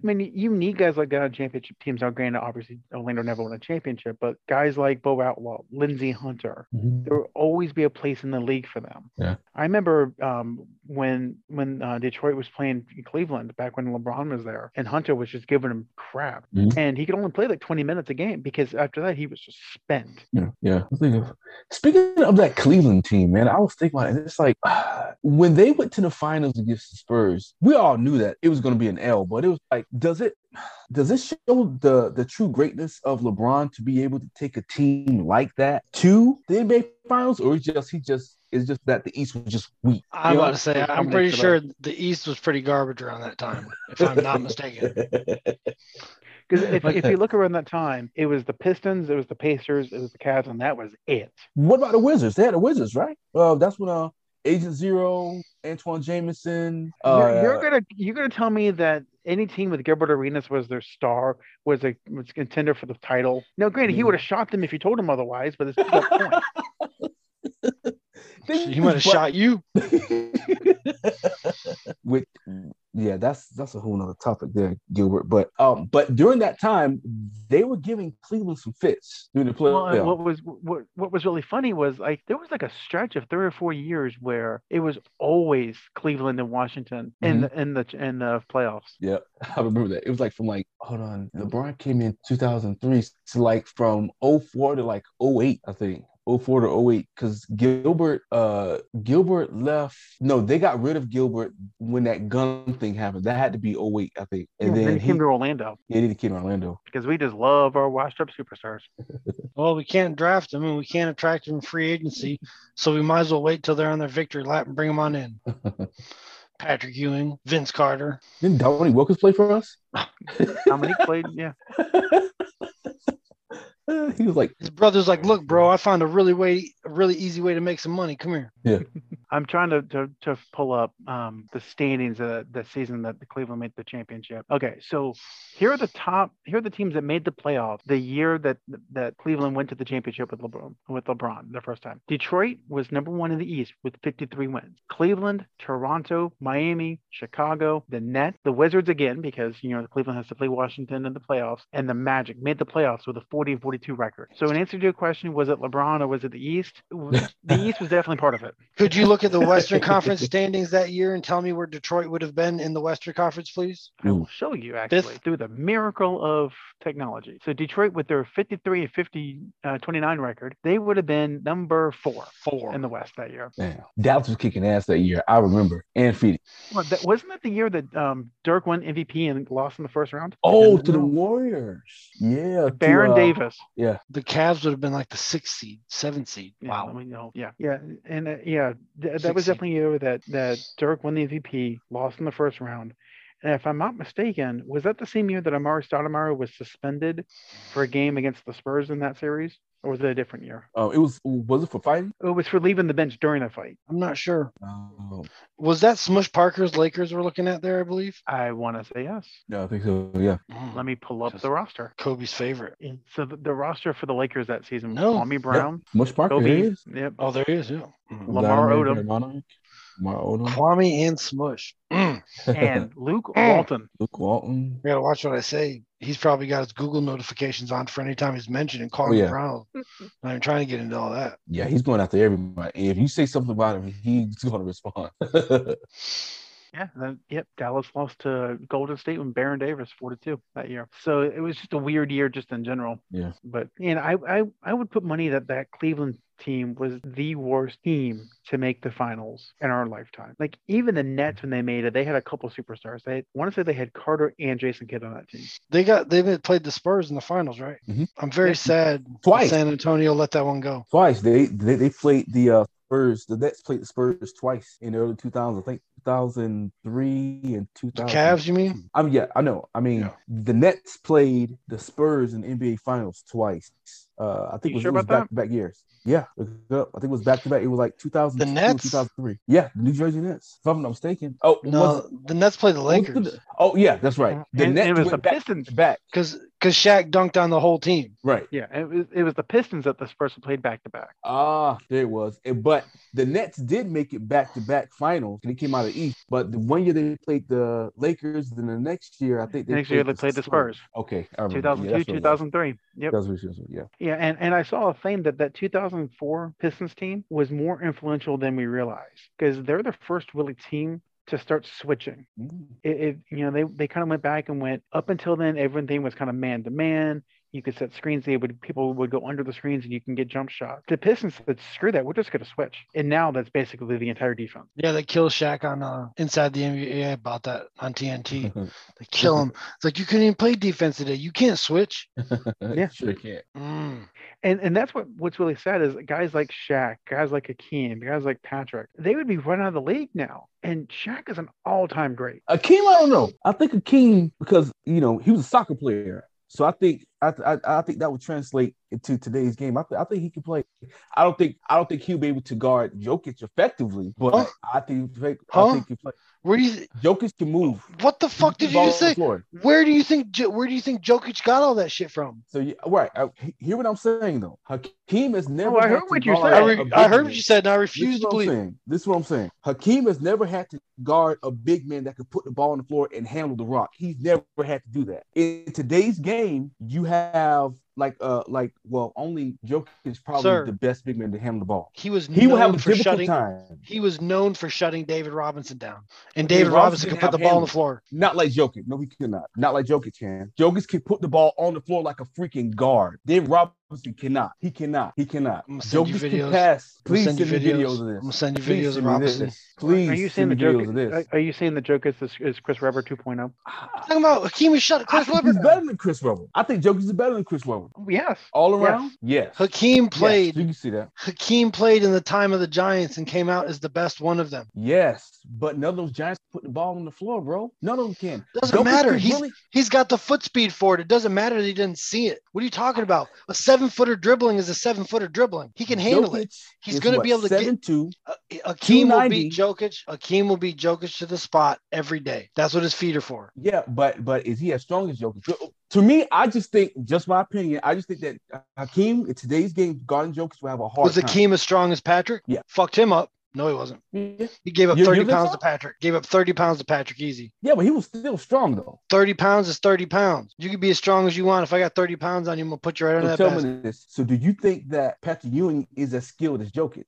[SPEAKER 3] I mean, y- you need guys like that on championship teams. Now, granted, obviously Orlando never won a championship, but guys like Bo Outlaw, Lindsey Hunter,
[SPEAKER 4] Mm-hmm.
[SPEAKER 3] there will always be a place in the league for them.
[SPEAKER 4] Yeah.
[SPEAKER 3] I remember um, when when uh, Detroit was playing Cleveland back when LeBron was there, and Hunter was just giving him crap,
[SPEAKER 4] Mhm.
[SPEAKER 3] and he could only play like 20 minutes a game because after that he was just spent.
[SPEAKER 4] Yeah, yeah. I think of- Speaking of that Cleveland team, man, I was thinking about it. It's like *sighs* when they went to the finals against the Spurs, we all knew that it was going to be an L. But it was like, does it does it show the the true greatness of LeBron to be able to take a team like that to the NBA Finals, or is just he just it's just that the East was just weak? *laughs*
[SPEAKER 2] I'm
[SPEAKER 4] Yeah.
[SPEAKER 2] about to say
[SPEAKER 3] Yeah,
[SPEAKER 2] I'm
[SPEAKER 3] I'm
[SPEAKER 2] pretty
[SPEAKER 3] mixed
[SPEAKER 2] sure
[SPEAKER 3] it
[SPEAKER 2] the East was pretty garbage around that time, if I'm
[SPEAKER 3] *laughs*
[SPEAKER 2] not mistaken.
[SPEAKER 3] Because if,
[SPEAKER 4] Like
[SPEAKER 3] if
[SPEAKER 4] that.
[SPEAKER 3] you look around that time, it was the Pistons, it was the Pacers, it was the Cavs, and that was it.
[SPEAKER 4] What about the Wizards? They had the Wizards, right? Uh, that's when uh, Agent Zero, Antoine Jameson. Uh,
[SPEAKER 3] you're, you're gonna you're gonna tell me that any team with Gilbert Arenas was their star was a was a contender for the title. Now, granted, he
[SPEAKER 4] Mhm.
[SPEAKER 3] would have shot them if you told him otherwise, but it's still that point.
[SPEAKER 4] *laughs* They
[SPEAKER 2] He might have
[SPEAKER 4] just
[SPEAKER 2] shot you.
[SPEAKER 4] Which, yeah, that's that's a whole nother topic there, Gilbert. But um, but during that time, they were giving Cleveland some fits during the play.
[SPEAKER 3] Well, and what was what what was really funny was like there was like a stretch of three or four years where it was always Cleveland and Washington
[SPEAKER 4] Mm-hmm.
[SPEAKER 3] in the in the in the playoffs.
[SPEAKER 4] yeah, I remember that. It was like from like hold on, LeBron came in 2003 to like from 04 to like 08, I think. 04 to 08 because Gilbert uh Gilbert left no they got rid of Gilbert when that gun thing happened that had to be 08 I think and then,
[SPEAKER 3] he
[SPEAKER 4] he,
[SPEAKER 3] came to Orlando
[SPEAKER 4] yeah, he came to Orlando
[SPEAKER 3] because we just love our washed up superstars.
[SPEAKER 2] Well, we can't draft them and we can't attract them in free agency, so we might as well wait till they're on their victory lap and bring them
[SPEAKER 3] *laughs*
[SPEAKER 2] on in. Patrick Ewing, Vince Carter.
[SPEAKER 4] Didn't Dominique Wilkins play for us?
[SPEAKER 3] Dominique played, yeah.
[SPEAKER 4] Uh, he was like,
[SPEAKER 2] His brother's like, look, bro, I found a really way, a really easy way to make some money. Come here.
[SPEAKER 3] I'm trying to to, to pull up um, the standings of the, the season that the Cleveland made the championship. Okay, so here are the top. Here are the teams that made the playoff the year that that Cleveland went to the championship with LeBron with LeBron the first time. Detroit was number one in the East with 53 wins. Cleveland, Toronto, Miami, Chicago, the Nets, the Wizards again because you know Cleveland has to play Washington in the playoffs, and the Magic made the playoffs with a 40 and 42 record. So in answer to your question, was it LeBron or was it the East? The East was definitely part of it.
[SPEAKER 2] Could you look at
[SPEAKER 3] *laughs*
[SPEAKER 2] the Western Conference standings that year and tell me where Detroit would have been in the Western Conference, please?
[SPEAKER 3] I will show you actually through the miracle of technology. So Detroit, with their 53 and 50, uh, 29 record, they would have been number four
[SPEAKER 2] Four.
[SPEAKER 3] in the West that year.
[SPEAKER 4] damn, Dallas was kicking ass that year. I remember. And Phoenix.
[SPEAKER 3] Well, that wasn't that the year that um, Dirk won MVP and lost in the first round.
[SPEAKER 4] Oh,
[SPEAKER 3] And
[SPEAKER 4] to the
[SPEAKER 3] no,
[SPEAKER 4] Warriors. Yeah. to,
[SPEAKER 3] Baron
[SPEAKER 4] uh,
[SPEAKER 3] Davis.
[SPEAKER 4] Yeah.
[SPEAKER 2] the Cavs would have been like the sixth seed, seventh seed.
[SPEAKER 3] Yeah,
[SPEAKER 2] wow.
[SPEAKER 3] let me know. Yeah, yeah, and uh, yeah, th- that was
[SPEAKER 2] 16.
[SPEAKER 3] definitely a year that that Dirk won the MVP, lost in the first round. And if I'm not mistaken, was that the same year that Amari Stoudemire was suspended for a game against the Spurs in that series, or was it a different year?
[SPEAKER 4] Uh, it was was it for fighting?
[SPEAKER 3] It was Oh, for leaving the bench during the fight.
[SPEAKER 2] I'm not sure.
[SPEAKER 4] Oh,
[SPEAKER 2] Was that Smush Parker's Lakers we're looking at there, I believe?
[SPEAKER 3] I want to say yes.
[SPEAKER 4] yeah, I think so. Yeah.
[SPEAKER 3] Let me pull up the roster.
[SPEAKER 2] Kobe's favorite.
[SPEAKER 3] So the, the roster for the Lakers that season:
[SPEAKER 2] No.
[SPEAKER 3] Tommy Brown,
[SPEAKER 4] Much Parker.
[SPEAKER 3] Kobe,
[SPEAKER 4] it
[SPEAKER 3] yep.
[SPEAKER 4] is.
[SPEAKER 2] Oh, *laughs* there he is. Yeah. Mm.
[SPEAKER 3] Lamar
[SPEAKER 4] Donovan
[SPEAKER 3] Odom.
[SPEAKER 4] Lamar Odom.
[SPEAKER 2] Kwame and Smush. *clears throat* Mm.
[SPEAKER 3] and Luke
[SPEAKER 2] Mm.
[SPEAKER 3] Walton.
[SPEAKER 4] Luke Walton.
[SPEAKER 2] You gotta watch what I say. He's probably got his Google notifications on for any time he's mentioned and calling
[SPEAKER 4] Oh, yeah.
[SPEAKER 2] Brown. *laughs* I'm trying to get into all that.
[SPEAKER 4] Yeah, he's going after everybody. If you say something about him, he's *laughs* going to respond.
[SPEAKER 3] Yeah, then, yep. Dallas lost to Golden State when Baron Davis 42 that year. So it was just a weird year, just in general.
[SPEAKER 4] Yeah.
[SPEAKER 3] But and I, I, I would put money that that Cleveland team was the worst team to make the finals in our lifetime. Like even the Nets when they made it, they had a couple superstars. They want to say they had Carter and Jason Kidd on that team.
[SPEAKER 2] They got they played the Spurs in the finals, right?
[SPEAKER 4] Mhm.
[SPEAKER 2] I'm very
[SPEAKER 3] Yeah.
[SPEAKER 2] sad
[SPEAKER 4] Twice.
[SPEAKER 2] San Antonio let that one go.
[SPEAKER 4] twice. They they, they played the uh, Spurs. The Nets played the Spurs twice in the early 2000s. I think 2003 and 2000.
[SPEAKER 2] Cavs, you mean?
[SPEAKER 4] I mean, yeah, I know. I mean,
[SPEAKER 2] Yeah.
[SPEAKER 4] the Nets played the Spurs in the NBA Finals twice. Uh, I think
[SPEAKER 1] You
[SPEAKER 4] it was,
[SPEAKER 1] sure
[SPEAKER 4] it was
[SPEAKER 1] about
[SPEAKER 4] back to back years. Yeah, look it up. I think it was back to back. It was like 2000,
[SPEAKER 2] The Nets?
[SPEAKER 4] 2003. Yeah, the New Jersey Nets. If I'm not mistaken. Oh
[SPEAKER 2] No, the Nets play the
[SPEAKER 4] was it-
[SPEAKER 2] Lakers
[SPEAKER 4] Oh yeah, that's right. The
[SPEAKER 3] And-
[SPEAKER 4] Nets
[SPEAKER 3] and it was the
[SPEAKER 4] went back
[SPEAKER 3] Pistons.
[SPEAKER 4] to back.
[SPEAKER 2] because because Shaq dunked on the whole team.
[SPEAKER 4] Right.
[SPEAKER 3] Yeah, it was, it was the Pistons that the Spurs played back to back.
[SPEAKER 4] Ah, there it was. And- but the Nets did make it back to back finals. They came out of the East. But the one year they played the Lakers, then the next year I think they
[SPEAKER 3] Next year they played the Spurs,
[SPEAKER 4] Okay, I remember. Yeah,
[SPEAKER 3] 2002,
[SPEAKER 4] that's what it was.
[SPEAKER 3] 2003. Yep.
[SPEAKER 4] That's what it was, yeah.
[SPEAKER 3] Yeah, and, and I saw a claim that that 2004 Pistons team was more influential than we realized because they're the first really team to start switching.
[SPEAKER 4] Mm.
[SPEAKER 3] It, it you know they they kind of went back and went up until then everything was kind of man to man. You could set screens, they would people would go under the screens and you can get jump shots. The Pistons said screw that, we're just going to switch, and now that's basically the entire defense.
[SPEAKER 2] Yeah, they kill Shaq on uh, inside the NBA. Yeah, about that on
[SPEAKER 4] *laughs*
[SPEAKER 2] TNT. They kill him. It's like you couldn't even play defense today. You can't switch.
[SPEAKER 4] *laughs* yeah, sure can't.
[SPEAKER 2] Mm.
[SPEAKER 3] And and that's what what's really sad is guys like Shaq, guys like Hakeem, guys like Patrick, they would be run out of the league now. And Shaq is an all-time great.
[SPEAKER 4] Akeem, I don't know. I think Akeem because you know he was a soccer player, so I think I I, I think that would translate into today's game. I, th- I think he could play. I don't think I don't think he'll be able to guard Jokic effectively, but
[SPEAKER 2] Huh?
[SPEAKER 4] I think
[SPEAKER 2] Huh?
[SPEAKER 4] I think he play.
[SPEAKER 2] Where do you?
[SPEAKER 4] Jokic can move.
[SPEAKER 2] What the fuck
[SPEAKER 4] He
[SPEAKER 2] did
[SPEAKER 4] can ball
[SPEAKER 2] you
[SPEAKER 4] on the
[SPEAKER 2] say?
[SPEAKER 4] floor.
[SPEAKER 2] Where do you think? Jo- Where do you think Jokic got all that shit from?
[SPEAKER 4] So you, right, I, he- hear what I'm saying though. Hakeem has never.
[SPEAKER 3] I
[SPEAKER 4] had
[SPEAKER 3] heard
[SPEAKER 4] to
[SPEAKER 3] what you
[SPEAKER 4] guard
[SPEAKER 2] Oh, I,
[SPEAKER 3] said.
[SPEAKER 4] a
[SPEAKER 2] re-
[SPEAKER 4] big
[SPEAKER 2] I heard
[SPEAKER 4] man.
[SPEAKER 2] what you said, and I
[SPEAKER 4] This
[SPEAKER 2] refuse
[SPEAKER 4] is
[SPEAKER 2] to
[SPEAKER 4] what I'm
[SPEAKER 2] believe. it.
[SPEAKER 4] saying. This is what I'm saying. Hakeem has never had to guard a big man that could put the ball on the floor and handle the rock. He's never had to do that. In today's game, you have like uh like well only Jokic is probably
[SPEAKER 2] Sir.
[SPEAKER 4] the best big man to handle the ball.
[SPEAKER 2] He was
[SPEAKER 4] He
[SPEAKER 2] known
[SPEAKER 4] will have a
[SPEAKER 2] for
[SPEAKER 4] difficult
[SPEAKER 2] shutting.
[SPEAKER 4] time.
[SPEAKER 2] He was known for shutting David Robinson down, and
[SPEAKER 4] David
[SPEAKER 2] David Robinson
[SPEAKER 4] Robinson
[SPEAKER 2] could
[SPEAKER 4] didn't
[SPEAKER 2] put the
[SPEAKER 4] have
[SPEAKER 2] ball on
[SPEAKER 4] him.
[SPEAKER 2] the floor.
[SPEAKER 4] Not like Jokic. No, he cannot. Not like Jokic can. Jokic can put the ball on the floor like a freaking guard. David Robinson cannot. He cannot. He cannot.
[SPEAKER 2] I'm gonna send you
[SPEAKER 4] Jokic can
[SPEAKER 2] videos.
[SPEAKER 4] pass.
[SPEAKER 2] I'm gonna
[SPEAKER 4] Please send me videos. of
[SPEAKER 2] I'm gonna
[SPEAKER 4] this.
[SPEAKER 2] send you
[SPEAKER 4] Please
[SPEAKER 2] videos of
[SPEAKER 4] send me
[SPEAKER 2] Robinson.
[SPEAKER 4] this. Please
[SPEAKER 3] Are you saying
[SPEAKER 4] send
[SPEAKER 3] the
[SPEAKER 4] me
[SPEAKER 3] joke?
[SPEAKER 4] videos of this.
[SPEAKER 3] Are, are you saying the joke is this, is Chris Webber oh? 2.0?
[SPEAKER 2] Talking about Hakeem is shut
[SPEAKER 4] I
[SPEAKER 2] Chris
[SPEAKER 4] think
[SPEAKER 2] Webber.
[SPEAKER 4] he's better
[SPEAKER 2] down.
[SPEAKER 4] than Chris Webber. I think Jokic is better than Chris Webber.
[SPEAKER 3] Oh, Yes.
[SPEAKER 4] All
[SPEAKER 3] Yes.
[SPEAKER 4] around, yes.
[SPEAKER 2] Hakeem
[SPEAKER 4] Yes,
[SPEAKER 2] played.
[SPEAKER 4] you can see that.
[SPEAKER 2] Hakeem played in the time of the Giants and came out as the best one of them.
[SPEAKER 4] Yes, but none of those Giants put the ball on the floor, bro. None of them can.
[SPEAKER 2] Doesn't
[SPEAKER 4] Jokic
[SPEAKER 2] matter.
[SPEAKER 4] can
[SPEAKER 2] He's-
[SPEAKER 4] really-
[SPEAKER 2] He's got the foot speed for it. It doesn't matter that he didn't see it. What are you talking about? A seven footer dribbling is a seven footer dribbling. He can handle it.
[SPEAKER 4] Jokic
[SPEAKER 2] He's
[SPEAKER 4] is
[SPEAKER 2] gonna
[SPEAKER 4] what,
[SPEAKER 2] be able to get-
[SPEAKER 4] 7'2"?
[SPEAKER 2] A- Akeem will
[SPEAKER 4] 290.
[SPEAKER 2] beat Jokic. Akeem will beat Jokic to the spot every day. That's what his feet are for.
[SPEAKER 4] Yeah, but but is he as strong as Jokic? To me, I just think, just my opinion, I just think that Hakeem in today's game, guarding Jokic will have a hard
[SPEAKER 2] Was
[SPEAKER 4] time.
[SPEAKER 2] Akeem as strong as Patrick?
[SPEAKER 4] Yeah.
[SPEAKER 2] Fucked him up. No, he wasn't.
[SPEAKER 4] Yeah.
[SPEAKER 2] He gave up
[SPEAKER 4] You- you
[SPEAKER 2] 30
[SPEAKER 4] think
[SPEAKER 2] pounds
[SPEAKER 4] so?
[SPEAKER 2] to Patrick. Gave up 30 pounds to Patrick easy.
[SPEAKER 4] yeah, but he was still strong though.
[SPEAKER 2] 30 pounds is 30 pounds. You can be as strong as you want. If I got 30 pounds on you, I'm going to put you right under
[SPEAKER 4] So
[SPEAKER 2] that
[SPEAKER 4] tell
[SPEAKER 2] basket.
[SPEAKER 4] me this. So do you think that Patrick Ewing is as skilled as Jokic?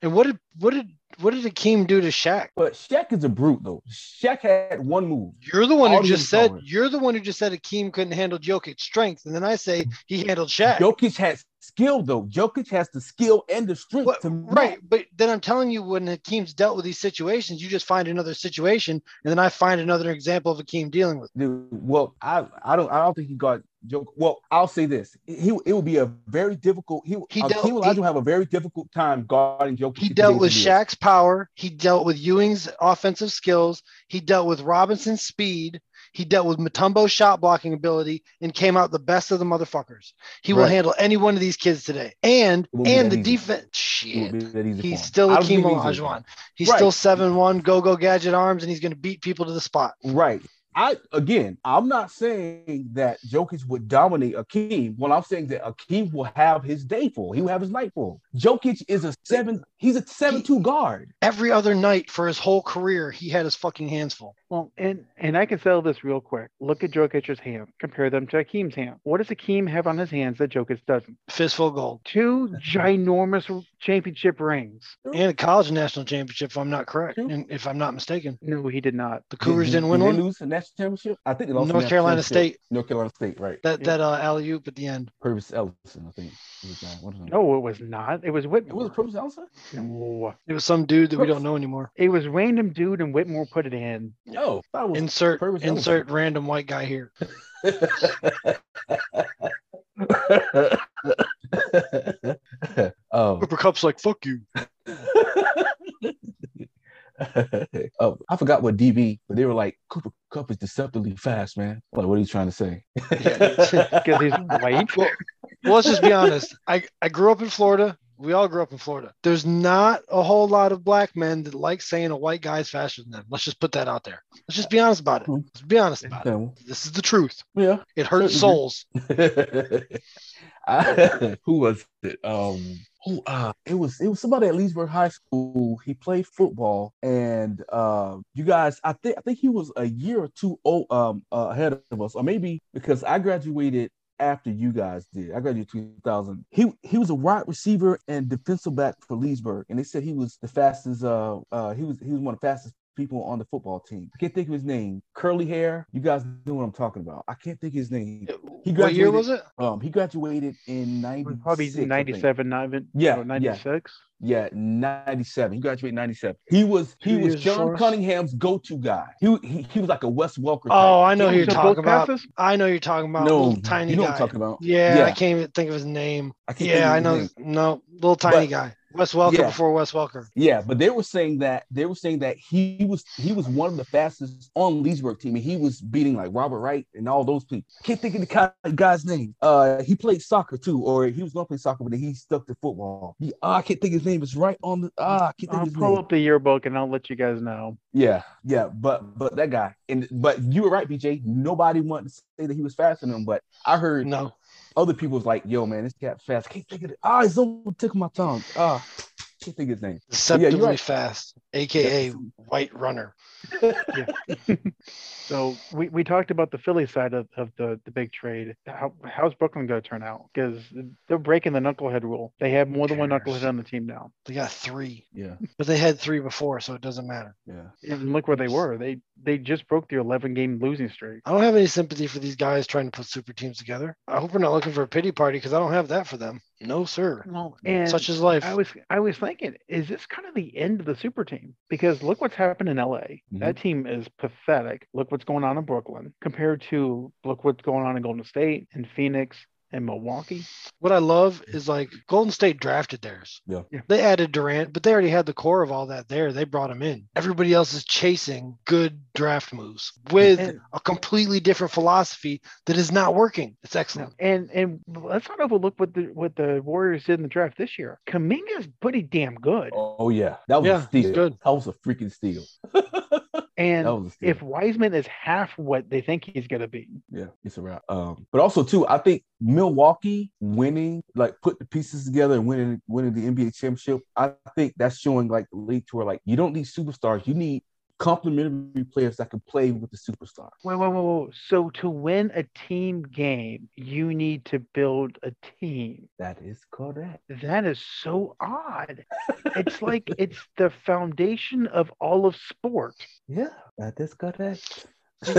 [SPEAKER 2] And what did what did what did Akeem do to Shaq?
[SPEAKER 4] But Shaq is a brute though. Shaq had one move.
[SPEAKER 2] You're the one
[SPEAKER 4] All
[SPEAKER 2] who
[SPEAKER 4] the
[SPEAKER 2] just said
[SPEAKER 4] intolerance.
[SPEAKER 2] you're the one who just said Akeem couldn't handle Jokic's strength, and then I say he handled Shaq.
[SPEAKER 4] Jokic has skill though. Jokic has the skill and the strength
[SPEAKER 2] What-
[SPEAKER 4] to
[SPEAKER 2] right, but then I'm telling you, when Akeem's dealt with these situations, you just find another situation, and then I find another example of Akeem dealing with. it.
[SPEAKER 4] Dude, well, I I don't I don't think he got Jokic. Well, I'll say this: he it will be a very difficult. He
[SPEAKER 2] He
[SPEAKER 4] uh,
[SPEAKER 2] dealt-
[SPEAKER 4] Hakeem Olajuwon will have a very difficult time guarding Jokic.
[SPEAKER 2] He
[SPEAKER 4] in
[SPEAKER 2] dealt
[SPEAKER 4] today's
[SPEAKER 2] with
[SPEAKER 4] NBA.
[SPEAKER 2] Shaq's power. He dealt with Ewing's offensive skills. He dealt with Robinson's speed. He dealt with Matumbo's shot blocking ability and came out the best of the motherfuckers. He will
[SPEAKER 4] Right.
[SPEAKER 2] handle any one of these kids today. And
[SPEAKER 4] It won't be
[SPEAKER 2] and
[SPEAKER 4] that
[SPEAKER 2] the
[SPEAKER 4] easy.
[SPEAKER 2] defense.
[SPEAKER 4] It
[SPEAKER 2] Shit.
[SPEAKER 4] won't be that easy for
[SPEAKER 2] He's
[SPEAKER 4] him.
[SPEAKER 2] still
[SPEAKER 4] I don't
[SPEAKER 2] Akeem
[SPEAKER 4] think he's easy for
[SPEAKER 2] Olajuwon.
[SPEAKER 4] him.
[SPEAKER 2] He's
[SPEAKER 4] Right.
[SPEAKER 2] still seven one, go go gadget arms, and he's going to beat people to the spot.
[SPEAKER 4] Right. I again, I'm not saying that Jokic would dominate Akeem. Well, I'm saying that Akeem will have his day full. He will have his night full. Jokic is a seven. He's a seven-two guard.
[SPEAKER 2] Every other night for his whole career, he had his fucking hands full.
[SPEAKER 3] Well, and and I can sell this real quick. Look at Jokic's hand. Compare them to Hakeem's hand. What does Hakeem have on his hands that Jokic doesn't?
[SPEAKER 2] Fistful of gold
[SPEAKER 3] Two ginormous championship rings.
[SPEAKER 2] and a college national championship, if I'm not correct,
[SPEAKER 4] True.
[SPEAKER 2] and if I'm not mistaken,
[SPEAKER 3] No, he did not.
[SPEAKER 2] the Cougars
[SPEAKER 4] Did-
[SPEAKER 2] didn't win
[SPEAKER 4] did
[SPEAKER 2] one.
[SPEAKER 4] They lose the national championship. I think they lost. the
[SPEAKER 2] North
[SPEAKER 4] national
[SPEAKER 2] Carolina
[SPEAKER 4] championship.
[SPEAKER 2] State.
[SPEAKER 4] North Carolina State. Right.
[SPEAKER 2] That
[SPEAKER 3] Yeah.
[SPEAKER 2] that uh, alley oop at the end.
[SPEAKER 4] Purvis Ellison, I think. was the guy. What is his name?
[SPEAKER 3] No, it was not. It was
[SPEAKER 4] It
[SPEAKER 3] Whitmore.
[SPEAKER 4] was Purvis Ellison?
[SPEAKER 3] No.
[SPEAKER 2] It was some dude that we don't know anymore.
[SPEAKER 3] It was random dude and Whitmore put it in.
[SPEAKER 4] No. That was
[SPEAKER 2] Insert
[SPEAKER 4] Purvis Ellison.
[SPEAKER 2] insert random white guy
[SPEAKER 4] *laughs*
[SPEAKER 2] here.
[SPEAKER 4] oh. *laughs* Um,
[SPEAKER 2] *laughs* Cooper Cup's like fuck you.
[SPEAKER 4] oh, I forgot what DB, but they were like, Cooper Cup is deceptively fast, man. I'm like, what are you trying to say?
[SPEAKER 3] because he's
[SPEAKER 2] *laughs*
[SPEAKER 3] white.
[SPEAKER 2] Well, well, let's just be honest. I, I grew up in Florida. We all grew up in Florida. There's not a whole lot of black men that like saying a white guy's faster than them. Let's just put that out there. Let's just be honest about
[SPEAKER 4] Hmm.
[SPEAKER 2] it. Let's be honest about it.
[SPEAKER 4] Okay, well,
[SPEAKER 2] This is the truth.
[SPEAKER 4] yeah.
[SPEAKER 2] It hurts souls.
[SPEAKER 4] I- who was it? Um, who? Uh, it was it was somebody at Leesburg High School. He played football, and uh, you guys, I think I think he was a year or two old, um, uh, ahead of us, or maybe because I graduated after you guys did. I graduated 2000. He he was a wide receiver and defensive back for Leesburg, and they said he was the fastest. Uh, uh, he was he was one of the fastest people on the football team. I can't think of his name. Curly hair. You guys know what I'm talking about. I can't think of his name.
[SPEAKER 2] What year
[SPEAKER 4] graduated-
[SPEAKER 2] was it?
[SPEAKER 4] Um, he graduated in
[SPEAKER 3] It
[SPEAKER 4] ninety
[SPEAKER 3] was Probably 97, not even,
[SPEAKER 4] Yeah,
[SPEAKER 3] or
[SPEAKER 4] yeah.
[SPEAKER 3] 96.
[SPEAKER 4] Yeah, ninety seven. He graduated ninety seven. He was he
[SPEAKER 2] Two
[SPEAKER 4] was
[SPEAKER 2] years
[SPEAKER 4] John
[SPEAKER 2] before us.
[SPEAKER 4] Cunningham's go to guy. He, he he was like a Wes Welker.
[SPEAKER 2] Oh,
[SPEAKER 4] type.
[SPEAKER 2] I know who you're
[SPEAKER 3] So
[SPEAKER 2] talking
[SPEAKER 3] both
[SPEAKER 2] about.
[SPEAKER 3] passes?
[SPEAKER 2] I know who you're talking about.
[SPEAKER 4] no,
[SPEAKER 2] little tiny
[SPEAKER 4] you know
[SPEAKER 2] guy.
[SPEAKER 4] what I'm talking about.
[SPEAKER 2] yeah, I
[SPEAKER 4] Yeah.
[SPEAKER 2] can't even think of his name.
[SPEAKER 4] I can't think
[SPEAKER 2] Yeah,
[SPEAKER 4] of
[SPEAKER 2] I
[SPEAKER 4] his
[SPEAKER 2] know.
[SPEAKER 4] name.
[SPEAKER 2] No, little tiny
[SPEAKER 4] But-
[SPEAKER 2] guy. Wes Welker
[SPEAKER 4] Yeah.
[SPEAKER 2] before Wes Welker.
[SPEAKER 4] Yeah, but they were saying that they were saying that he was he was one of the fastest on Leesburg team, and he was beating like Robert Wright and all those people. Can't think of the guy, guy's name. Uh, he played soccer too, or he was going to play soccer, but then he stuck to football. He, ah, I can't think of his name. It's right on the ah, I can't think of
[SPEAKER 3] I'll
[SPEAKER 4] his
[SPEAKER 3] pull
[SPEAKER 4] name.
[SPEAKER 3] up the yearbook and I'll let you guys know.
[SPEAKER 4] Yeah, yeah, but but that guy, and but you were right, BJ. Nobody wanted to say that he was faster than him, but I heard
[SPEAKER 2] No.
[SPEAKER 4] other people was like, "Yo, man, this guy's fast." Can't think of it. Ah, it's on the tip of my tongue. Ah, can't think of his name.
[SPEAKER 2] Deceptively
[SPEAKER 4] right.
[SPEAKER 2] fast, aka
[SPEAKER 4] Yeah.
[SPEAKER 2] white runner.
[SPEAKER 3] So we, we talked about the Philly side of, of the, the big trade. How, how's Brooklyn going to turn out? Because they're breaking the knucklehead rule. They have more than one
[SPEAKER 2] cares?
[SPEAKER 3] knucklehead on the team now.
[SPEAKER 2] They got three,
[SPEAKER 4] Yeah,
[SPEAKER 2] but they had three before, so it doesn't matter.
[SPEAKER 4] yeah.
[SPEAKER 3] And look where they were. They they just broke their 11 game losing streak.
[SPEAKER 2] I don't have any sympathy for these guys trying to put super teams together. I hope we're not looking for a pity party because I don't have that for them. No, sir.
[SPEAKER 3] Well, and
[SPEAKER 2] Such is life.
[SPEAKER 3] I was I was thinking, is this kind of the end of the super team? Because look what's happened in LA.
[SPEAKER 4] Mm-hmm.
[SPEAKER 3] That team is pathetic. Look what's going on in Brooklyn compared to look what's going on in Golden State and Phoenix and Milwaukee.
[SPEAKER 2] what I love is like Golden State drafted theirs.
[SPEAKER 4] Yeah.
[SPEAKER 3] Yeah.
[SPEAKER 2] They added Durant, but they already had the core of all that there. They brought him in. Everybody else is chasing good draft moves with
[SPEAKER 3] And-
[SPEAKER 2] a completely different philosophy that is not working. It's excellent.
[SPEAKER 3] And and let's not overlook what the what the Warriors did in the draft this year. Kaminga's pretty damn good.
[SPEAKER 4] Oh yeah, that was
[SPEAKER 2] Yeah,
[SPEAKER 4] a
[SPEAKER 2] he's
[SPEAKER 4] steal.
[SPEAKER 2] good.
[SPEAKER 4] That was a freaking steal.
[SPEAKER 3] and
[SPEAKER 4] That was a steal.
[SPEAKER 3] if Wiseman is half what they think he's gonna be,
[SPEAKER 4] Yeah, it's a wrap. Um, but also too, I think Milwaukee winning, like put the pieces together and winning winning the NBA championship. I think that's showing like the league tour, like you don't need superstars, you need complementary players that can play with the superstar.
[SPEAKER 3] Whoa, whoa, whoa, whoa. So to win a team game, you need to build a team.
[SPEAKER 4] That is correct.
[SPEAKER 3] That is so odd.
[SPEAKER 4] *laughs*
[SPEAKER 3] It's like it's the foundation of all of sport.
[SPEAKER 4] Yeah, that is
[SPEAKER 3] *laughs*
[SPEAKER 4] correct.
[SPEAKER 2] The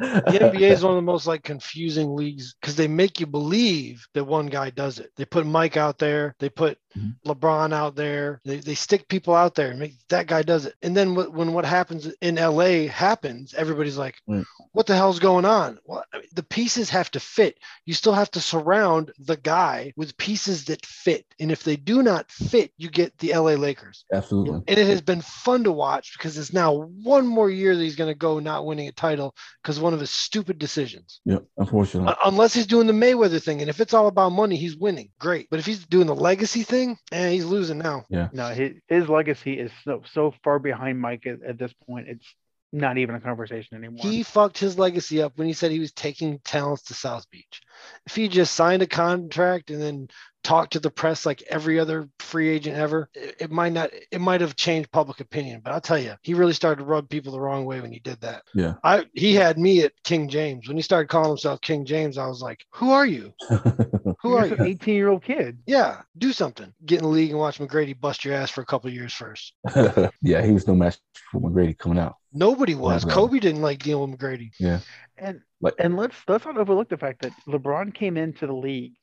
[SPEAKER 2] NBA is one of the most like confusing leagues because they make you believe that one guy does it. They put Mike out there, they put
[SPEAKER 4] Mhm.
[SPEAKER 2] LeBron out there, they, they stick people out there and make that guy does it. And then what, when what happens in LA happens, everybody's like,
[SPEAKER 4] Mm.
[SPEAKER 2] "What the hell's going on?" Well, I mean, the pieces have to fit. You still have to surround the guy with pieces that fit, and if they do not fit, you get the LA Lakers.
[SPEAKER 4] Absolutely.
[SPEAKER 2] And it has been fun to watch because it's now one more year that he's going to go not winning a title because one of his stupid decisions.
[SPEAKER 4] Yep. Unfortunately.
[SPEAKER 2] Uh, Unless he's doing the Mayweather thing, and if it's all about money, he's winning. Great, but if he's doing the legacy thing, eh, he's losing now.
[SPEAKER 3] No, his, his legacy is so so far behind Mike at, at this point. It's not even a conversation anymore.
[SPEAKER 2] He fucked his legacy up when he said he was taking talents to South Beach. If he just signed a contract and then talked to the press like every other free agent ever, it, it might not. It might have changed public opinion, but I'll tell you, he really started to rub people the wrong way when he did that.
[SPEAKER 4] Yeah. *laughs*
[SPEAKER 2] I he had me at King James when he started calling himself King James. I was like, "Who are
[SPEAKER 4] *laughs*
[SPEAKER 2] you? Who are
[SPEAKER 3] He's
[SPEAKER 2] you?"
[SPEAKER 3] an 18 year old kid.
[SPEAKER 2] Yeah, do something. Get in the league and watch McGrady bust your ass for a couple of years first.
[SPEAKER 4] yeah, he was no match for McGrady coming out.
[SPEAKER 2] Nobody was.
[SPEAKER 4] Never.
[SPEAKER 2] Kobe didn't like dealing with McGrady.
[SPEAKER 3] And
[SPEAKER 4] Like-
[SPEAKER 3] and let's let's not overlook the fact that LeBron came into the league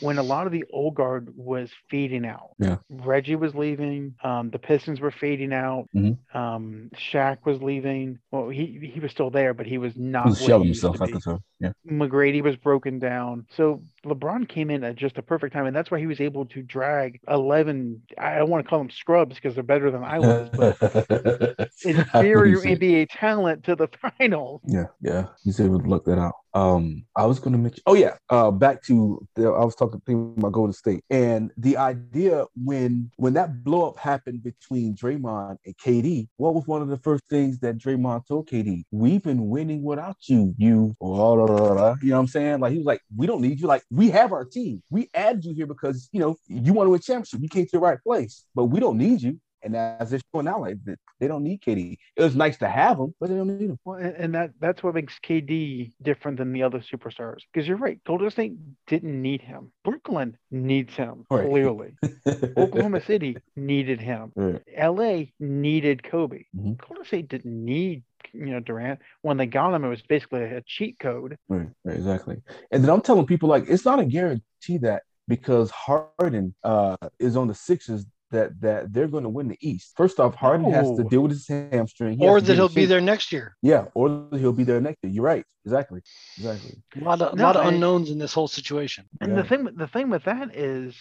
[SPEAKER 3] when a lot of the old guard was fading out.
[SPEAKER 4] Yeah.
[SPEAKER 3] Reggie was leaving. Um, the Pistons were fading out.
[SPEAKER 4] Mhm.
[SPEAKER 3] Um, Shaq was leaving. Well, he he was still there, but he was not.
[SPEAKER 4] He was
[SPEAKER 3] what
[SPEAKER 4] shelving
[SPEAKER 3] he used to
[SPEAKER 4] himself at
[SPEAKER 3] be.
[SPEAKER 4] the time. Yeah.
[SPEAKER 3] McGrady was broken down. So LeBron came in at just the perfect time, and that's why he was able to drag 11. I don't want to call them scrubs because they're better
[SPEAKER 4] *laughs*
[SPEAKER 3] than I was, but inferior
[SPEAKER 4] I see.
[SPEAKER 3] NBA talent to the *laughs* finals.
[SPEAKER 4] Yeah, yeah. He's able to look that out. Um, I was going to mention. Oh yeah. Uh, back to the, I was talking thinking about Golden State and the idea when when that blow up happened between Draymond and KD. What was one of the first things that Draymond told KD? We've been winning without you. You. oh, blah, blah, blah, blah." You know what I'm saying? Like he was like, we don't need you. Like we have our team. We added you here because you know you want to win championship. You came to the right place, but we don't need you. And as they're showing out, like that they don't need KD. It was nice to have him, but they don't need him.
[SPEAKER 3] Well, and, and that that's what makes KD different than the other superstars. Because you're right, Golden State didn't need him. Brooklyn needs him
[SPEAKER 4] Right.
[SPEAKER 3] clearly.
[SPEAKER 4] *laughs*
[SPEAKER 3] Oklahoma City needed him.
[SPEAKER 4] Yeah.
[SPEAKER 3] LA needed Kobe.
[SPEAKER 4] Mhm.
[SPEAKER 3] Golden State didn't need you know Durant. When they got him, it was basically a cheat code.
[SPEAKER 4] Right, right, exactly. And then I'm telling people like it's not a guarantee that because Harden uh, is on the Sixers that that they're going to win the East. First off, Harden has to
[SPEAKER 3] No.
[SPEAKER 4] deal with his hamstring, He has
[SPEAKER 2] or
[SPEAKER 4] to
[SPEAKER 2] that
[SPEAKER 4] deal
[SPEAKER 2] he'll
[SPEAKER 4] with
[SPEAKER 2] be
[SPEAKER 4] his-
[SPEAKER 2] there next year.
[SPEAKER 4] Yeah, or that he'll be there next year. You're right, exactly, exactly.
[SPEAKER 2] A lot of,
[SPEAKER 3] No,
[SPEAKER 2] lot of
[SPEAKER 3] I-
[SPEAKER 2] unknowns in this whole situation.
[SPEAKER 3] And
[SPEAKER 4] Yeah.
[SPEAKER 3] the thing with- the thing with that is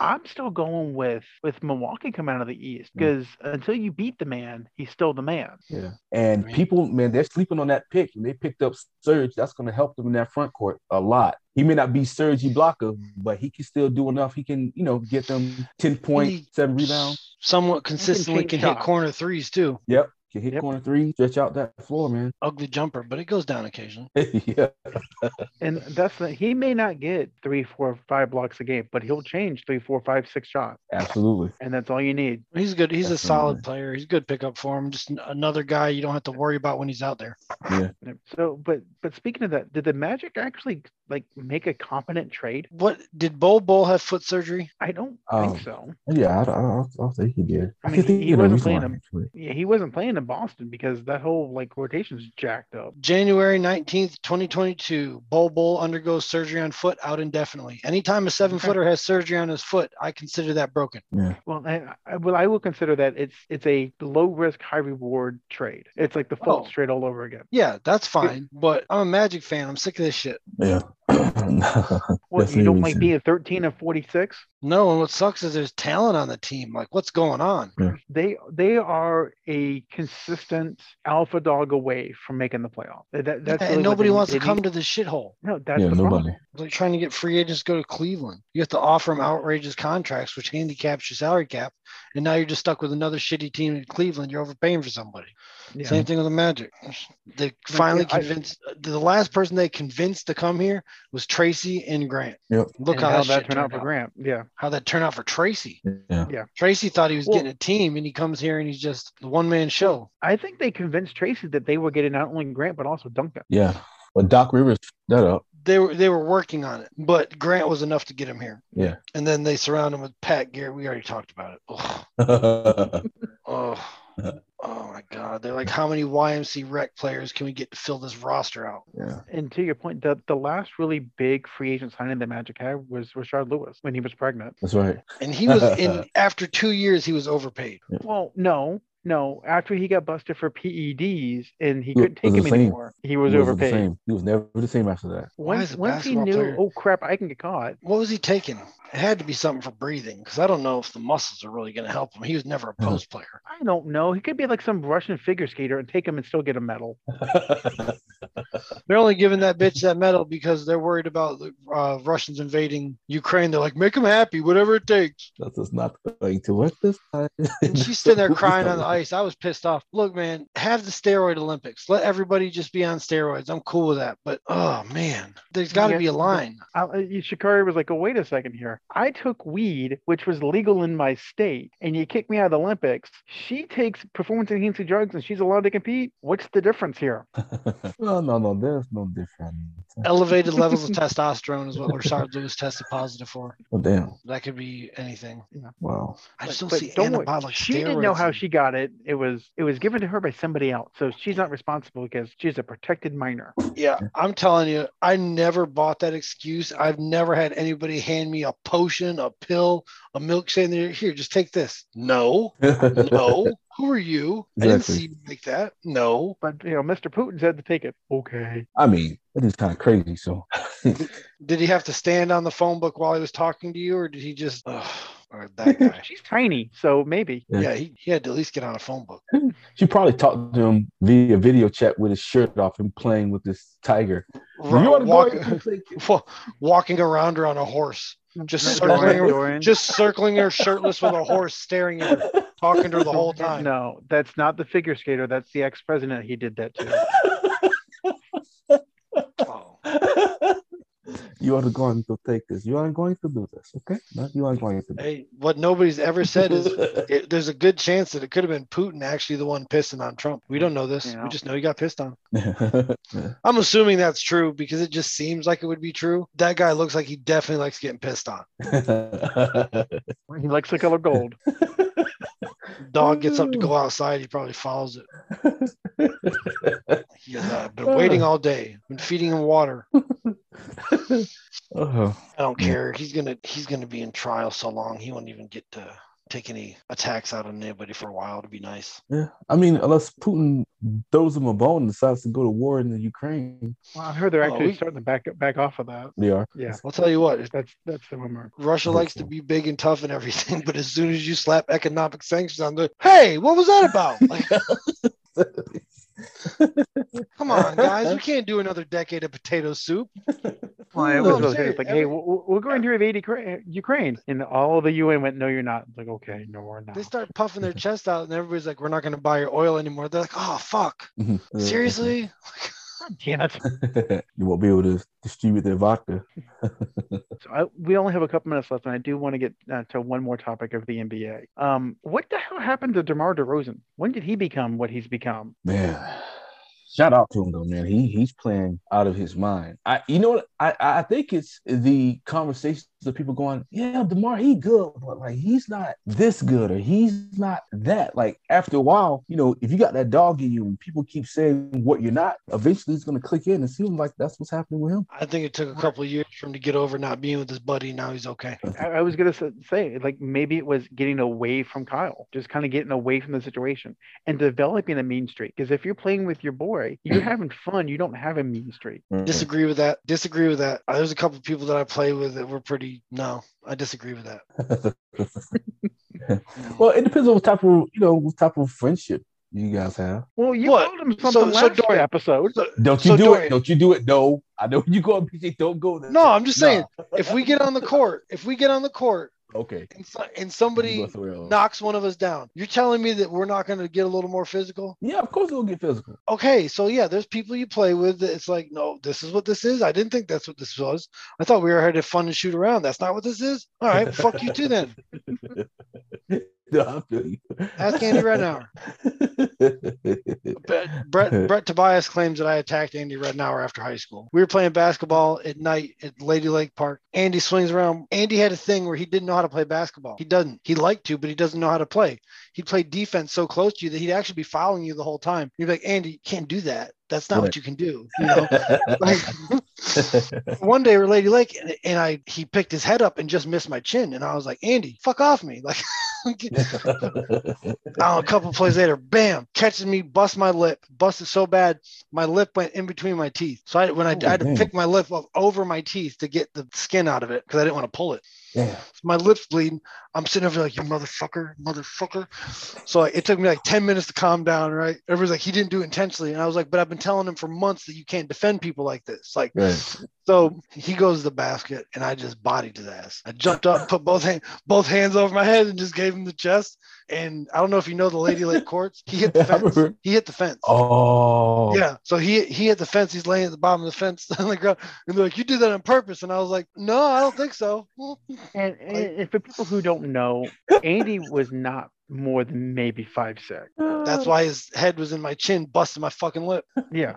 [SPEAKER 3] I'm still going with with Milwaukee coming out of the East
[SPEAKER 4] Mm.
[SPEAKER 3] because until you beat the man, he's still the man.
[SPEAKER 4] Yeah. And
[SPEAKER 2] Right.
[SPEAKER 4] people, man, they're sleeping on that pick and they picked up Serge. That's going to help them in that front court a lot. He may not be Serge Ibaka, but he can still do enough. He can, you know, get them 10 points, seven rebounds.
[SPEAKER 2] Somewhat consistently
[SPEAKER 3] take
[SPEAKER 2] can hit
[SPEAKER 3] shots.
[SPEAKER 2] corner threes too.
[SPEAKER 4] Yep. Can hit
[SPEAKER 3] Yep.
[SPEAKER 4] corner three, stretch out that floor, man. *laughs*
[SPEAKER 2] Ugly jumper, but it goes down occasionally.
[SPEAKER 4] yeah.
[SPEAKER 3] And that's the he may not get three, four, five blocks a game, but he'll change three, four, five, six shots,
[SPEAKER 4] Absolutely.
[SPEAKER 3] and that's all you need.
[SPEAKER 2] He's good. He's a
[SPEAKER 4] Definitely.
[SPEAKER 2] solid player. He's a good pickup for him. Just n- another guy you don't have to worry about when he's out there.
[SPEAKER 3] So, but but speaking of that, did the Magic actually like make a competent trade?
[SPEAKER 2] What did Bol Bol have foot surgery?
[SPEAKER 3] I don't
[SPEAKER 4] Um,
[SPEAKER 3] think so.
[SPEAKER 4] Yeah, I, I, I'll say he did.
[SPEAKER 3] I
[SPEAKER 4] I,
[SPEAKER 3] mean,
[SPEAKER 4] can think
[SPEAKER 3] he
[SPEAKER 4] he of the
[SPEAKER 3] wasn't
[SPEAKER 4] reason
[SPEAKER 3] playing
[SPEAKER 4] why,
[SPEAKER 3] him.
[SPEAKER 4] actually.
[SPEAKER 3] Yeah, he wasn't playing in Boston because that whole like rotation's jacked up.
[SPEAKER 2] January 19th, 2022. Bol Bol undergoes surgery on foot out indefinitely. Anytime a seven footer has surgery on his foot, I consider that broken.
[SPEAKER 3] Well, I, I, well, I will consider that it's it's a low risk, high reward trade. It's like the false
[SPEAKER 2] Oh.
[SPEAKER 3] trade all over again.
[SPEAKER 2] Yeah, that's fine. But I'm a Magic fan. I'm sick of this shit.
[SPEAKER 4] Yeah. *coughs*
[SPEAKER 3] Well,
[SPEAKER 4] That's
[SPEAKER 3] you
[SPEAKER 4] the
[SPEAKER 3] don't like
[SPEAKER 4] reason.
[SPEAKER 3] being thirteen and forty six.
[SPEAKER 2] No, and what sucks is there's talent on the team. Like, what's going on?
[SPEAKER 3] they they are a consistent alpha dog away from making the playoff. That, that- that's
[SPEAKER 2] and
[SPEAKER 3] really what
[SPEAKER 2] nobody
[SPEAKER 3] they-
[SPEAKER 2] wants
[SPEAKER 3] they
[SPEAKER 2] to come
[SPEAKER 3] need.
[SPEAKER 2] to this shithole.
[SPEAKER 3] No, that's
[SPEAKER 4] yeah,
[SPEAKER 3] the
[SPEAKER 4] nobody.
[SPEAKER 3] problem.
[SPEAKER 2] It's like trying to get free agents to go to Cleveland. You have to offer them outrageous contracts, which handicaps your salary cap. And now you're just stuck with another shitty team in Cleveland. You're overpaying for somebody.
[SPEAKER 3] Yeah.
[SPEAKER 2] Same thing with the Magic. They finally
[SPEAKER 3] yeah, I-
[SPEAKER 2] convinced the last person they convinced to come here was Tracy and Grant.
[SPEAKER 4] Yep.
[SPEAKER 2] Look
[SPEAKER 3] And
[SPEAKER 2] how, that,
[SPEAKER 3] that
[SPEAKER 2] shit
[SPEAKER 3] turned out for Grant. Yeah.
[SPEAKER 2] How that turned out for Tracy.
[SPEAKER 4] Yeah.
[SPEAKER 2] Tracy thought he was
[SPEAKER 3] Well-
[SPEAKER 2] getting a team, and he comes here and he's just the one man show.
[SPEAKER 3] I think they convinced Tracy that they were getting not only Grant but also Duncan.
[SPEAKER 4] Yeah. But Doc Rivers, f- that up. *laughs*
[SPEAKER 2] They were they were working on it, but Grant was enough to get him here.
[SPEAKER 4] Yeah.
[SPEAKER 2] And then they surround him with Pat Garrett. We already talked about it. Ugh. Oh, oh my God. They're like, how many YMC rec players can we get to fill this roster out?
[SPEAKER 4] yeah.
[SPEAKER 3] And to your point, the, the last really big free agent signing that Magic had was Richard Lewis when he was pregnant.
[SPEAKER 4] That's right.
[SPEAKER 2] And he was
[SPEAKER 4] *laughs*
[SPEAKER 2] in after two years, he was overpaid.
[SPEAKER 3] Well, no, no. After he got busted for PEDs and he
[SPEAKER 4] was
[SPEAKER 3] couldn't take
[SPEAKER 4] the
[SPEAKER 3] him
[SPEAKER 4] same.
[SPEAKER 3] anymore, he was
[SPEAKER 4] He wasn't the
[SPEAKER 3] overpaid.
[SPEAKER 4] same. He was never the same after that.
[SPEAKER 2] Why
[SPEAKER 3] Once,
[SPEAKER 2] is a
[SPEAKER 3] once he
[SPEAKER 2] basketball
[SPEAKER 3] knew,
[SPEAKER 2] player-
[SPEAKER 3] oh crap, I can get caught.
[SPEAKER 2] What was he taking? It had to be something for breathing because I don't know if the muscles are really going to help him. He was never a
[SPEAKER 4] Yeah.
[SPEAKER 2] post player.
[SPEAKER 3] I don't know. He could be like some Russian figure skater and take him and still get a medal.
[SPEAKER 2] They're only giving that bitch that medal because they're worried about the uh, Russians invading Ukraine. They're like, make him happy, whatever it takes.
[SPEAKER 4] *laughs* That's just not going to work this time.
[SPEAKER 2] And she's sitting
[SPEAKER 4] *laughs*
[SPEAKER 2] there crying on the ice. I was pissed off. Look, man, have the steroid Olympics. Let everybody just be on steroids. I'm cool with that. But oh man, there's got to
[SPEAKER 3] Yeah,
[SPEAKER 2] be a
[SPEAKER 3] but-
[SPEAKER 2] line.
[SPEAKER 3] I, I- Shikari was like, "Oh, wait a second here. I took weed, which was legal in my state, and you kicked me out of the Olympics. She takes performance-enhancing drugs, and she's allowed to compete. What's the difference here?"
[SPEAKER 4] no, no, no. They're us no different.
[SPEAKER 3] *laughs*
[SPEAKER 2] Elevated levels of testosterone is what Rashard Lewis tested positive for.
[SPEAKER 4] Well, damn.
[SPEAKER 2] That could be anything.
[SPEAKER 4] Wow. *laughs*
[SPEAKER 2] I just
[SPEAKER 3] But-
[SPEAKER 2] don't
[SPEAKER 3] but
[SPEAKER 2] see
[SPEAKER 3] don't worry.
[SPEAKER 2] anabolic
[SPEAKER 3] She didn't know
[SPEAKER 2] steroids
[SPEAKER 3] how
[SPEAKER 2] in-
[SPEAKER 3] she got it. It was it was given to her by somebody else, so she's not responsible because she's a protected minor.
[SPEAKER 2] Yeah, I'm telling you, I never bought that excuse. I've never had anybody hand me a potion, a pill, a milkshake. and they're, Here, just take this. No,
[SPEAKER 4] *laughs*
[SPEAKER 2] no. Who are you? I didn't
[SPEAKER 4] Exactly.
[SPEAKER 2] see you like that. No.
[SPEAKER 3] But you know, Mr. Putin said to take it. Okay.
[SPEAKER 4] I mean, that is kind of crazy. So,
[SPEAKER 2] Did he have to stand on the phone book while he was talking to you, or did he just? Ugh, or that guy.
[SPEAKER 3] She's tiny, so maybe.
[SPEAKER 4] *laughs* Yeah.
[SPEAKER 2] yeah, he, he had to at least get on a phone book.
[SPEAKER 4] she probably talked to him via video chat with his shirt off and playing with this tiger.
[SPEAKER 2] Ro-
[SPEAKER 4] you want to
[SPEAKER 2] walk-
[SPEAKER 4] go? out and play-
[SPEAKER 2] *laughs* wa- walking around her on a horse, just
[SPEAKER 3] Not
[SPEAKER 2] circling
[SPEAKER 3] Dorian,
[SPEAKER 2] her,
[SPEAKER 3] Dorian.
[SPEAKER 2] just circling her shirtless with a horse, staring at her, talking to her the whole
[SPEAKER 4] *laughs*
[SPEAKER 2] time.
[SPEAKER 3] No, that's not the figure skater. That's the ex-president. He did that to.
[SPEAKER 2] Oh.
[SPEAKER 4] *laughs* you are going to take this. You are going to do this. Okay. Not you are going to do
[SPEAKER 2] Hey, what nobody's ever said is
[SPEAKER 4] this.
[SPEAKER 2] it, there's a good chance that it could have been Putin actually the one pissing on Trump. We don't know this.
[SPEAKER 3] Yeah.
[SPEAKER 2] We just know he got pissed on. I'm assuming that's true because it just seems like it would be true. That guy looks like he definitely likes getting pissed on.
[SPEAKER 4] *laughs*
[SPEAKER 3] He likes the color gold.
[SPEAKER 2] Dog gets up to go outside. He probably follows it. He goes, I've been waiting all day. I've been feeding him water.
[SPEAKER 4] oh.
[SPEAKER 2] I don't
[SPEAKER 4] Yeah.
[SPEAKER 2] care. He's gonna he's gonna be in trial so long he won't even get to take any attacks out on anybody for a while to be nice.
[SPEAKER 4] Yeah, I mean, unless Putin throws him a bone and decides to go to war in the Ukraine,
[SPEAKER 3] Well, I heard they're
[SPEAKER 2] Oh,
[SPEAKER 3] actually
[SPEAKER 2] we-
[SPEAKER 3] starting to back back off of that.
[SPEAKER 4] they are.
[SPEAKER 3] Yeah,
[SPEAKER 2] I'll tell you what, if
[SPEAKER 3] that's that's the rumor.
[SPEAKER 2] Russia likes to be big and tough and everything, *laughs* but as soon as you slap economic sanctions on there, hey, what was that about? Like, come on, guys, we can't do another decade of potato soup.
[SPEAKER 3] Well, it
[SPEAKER 2] No,
[SPEAKER 3] was
[SPEAKER 2] I'm
[SPEAKER 3] really
[SPEAKER 2] serious.
[SPEAKER 3] it's like,
[SPEAKER 2] Every-
[SPEAKER 3] hey, we're, we're going to invade Ukra- Ukraine, and all the UN went, no, you're not. It's like, okay, no, we're not.
[SPEAKER 2] They start puffing their chest out, and everybody's like, "We're not going to buy your oil anymore." They're like, "Oh fuck, seriously?"
[SPEAKER 3] Damn it.
[SPEAKER 4] Mm-hmm. *laughs* you won't be able to distribute their vodka.
[SPEAKER 3] So I, we only have a couple minutes left, and I do want to get uh, to one more topic of the NBA. Um, what the hell happened to DeMar DeRozan? When did he become what he's become?
[SPEAKER 4] Man, shout out to him though, man. He he's playing out of his mind. I, you know what? I I think it's the conversations of people going, yeah, Demar, he good, but like he's not this good or he's not that. Like after a while, you know, if you got that dog in you and people keep saying what you're not, eventually it's gonna click in and seem like that's what's happening with him.
[SPEAKER 2] I think it took a couple of years for him to get over not being with his buddy. Now he's okay.
[SPEAKER 3] I, I was gonna sa- say, like maybe it was getting away from Kyle, just kind of getting away from the situation and developing a mean streak. Because if you're playing with your boy,
[SPEAKER 2] *clears throat*
[SPEAKER 3] you're having fun. You don't have a mean streak.
[SPEAKER 2] Disagree with that. Disagree with that. Uh, There's a couple of people that I play with that were pretty. No, I disagree with that.
[SPEAKER 4] *laughs* Well, it depends on what type of you know what type of friendship you guys have.
[SPEAKER 3] Well, you
[SPEAKER 2] What?
[SPEAKER 3] told him
[SPEAKER 2] So-
[SPEAKER 3] something
[SPEAKER 2] so
[SPEAKER 3] last
[SPEAKER 2] Dorian-
[SPEAKER 3] episode.
[SPEAKER 2] So-
[SPEAKER 4] Don't you
[SPEAKER 2] So
[SPEAKER 4] do
[SPEAKER 2] Dorian-
[SPEAKER 4] it? Don't you do it? No, I know *laughs* you go up. Don't go there.
[SPEAKER 2] No, I'm just
[SPEAKER 4] Nah.
[SPEAKER 2] saying, if we get on the court, if we get on the court
[SPEAKER 4] Okay.
[SPEAKER 2] and, so, and
[SPEAKER 4] You
[SPEAKER 2] somebody
[SPEAKER 4] go somewhere else.
[SPEAKER 2] knocks one of us down, you're telling me that we're not going to get a little more physical?
[SPEAKER 4] Yeah, of course it'll get physical. *laughs*
[SPEAKER 2] Okay, so yeah, there's people you play with that it's like, no, this is what this is. I didn't think that's what this was. I thought we were here to fun and shoot around. That's not what this is. All right, fuck you too then.
[SPEAKER 4] No, I feel you.
[SPEAKER 2] Ask Andy Rednauer. But Brett Brett Tobias claims that I attacked Andy Rednauer after high school. We were playing basketball at night at Lady Lake Park. Andy swings around. Andy had a thing where he didn't know how to play basketball. He doesn't. He liked to, but he doesn't know how to play. He'd play defense so close to you that he'd actually be fouling you the whole time. You'd be like, Andy, you can't do that. That's not
[SPEAKER 4] Right.
[SPEAKER 2] what you can do. You *laughs* know. Like, one day we're at Lady Lake and, and I he picked his head up and just missed my chin and I was like Andy fuck off me *laughs* like Oh, a couple plays later, bam, catches me, busts my lip, busted so bad, my lip went in between my teeth. So I when I, I had to
[SPEAKER 4] Oh,
[SPEAKER 2] pick my lip up over my teeth to get the skin out of it because I didn't want to pull it.
[SPEAKER 4] *laughs* yeah.
[SPEAKER 2] So my lips bleeding. I'm sitting over there like you motherfucker, motherfucker. So like, it took me like ten minutes to calm down. Right? Everybody's like, he didn't do it intentionally, and I was like, but I've been telling him for months that you can't defend people like this. Like,
[SPEAKER 4] Right.
[SPEAKER 2] so he goes to the basket, and I just bodied his ass. I jumped up, put both hand, both hands over my head, and just gave him the chest. And I don't know if you know the Lady Lake courts. He hit the
[SPEAKER 4] *laughs* I
[SPEAKER 2] fence.
[SPEAKER 4] remember.
[SPEAKER 2] He hit the fence.
[SPEAKER 4] Oh.
[SPEAKER 2] Yeah. So he he hit the fence. He's laying at the bottom of the fence *laughs* on the ground, and they're like, "You did that on purpose." And I was like, "No, I don't think so."
[SPEAKER 3] And, and, and for people who don't know, Andy was not more than maybe five six.
[SPEAKER 2] That's why his head was in my chin, busting my fucking lip.
[SPEAKER 3] Yeah.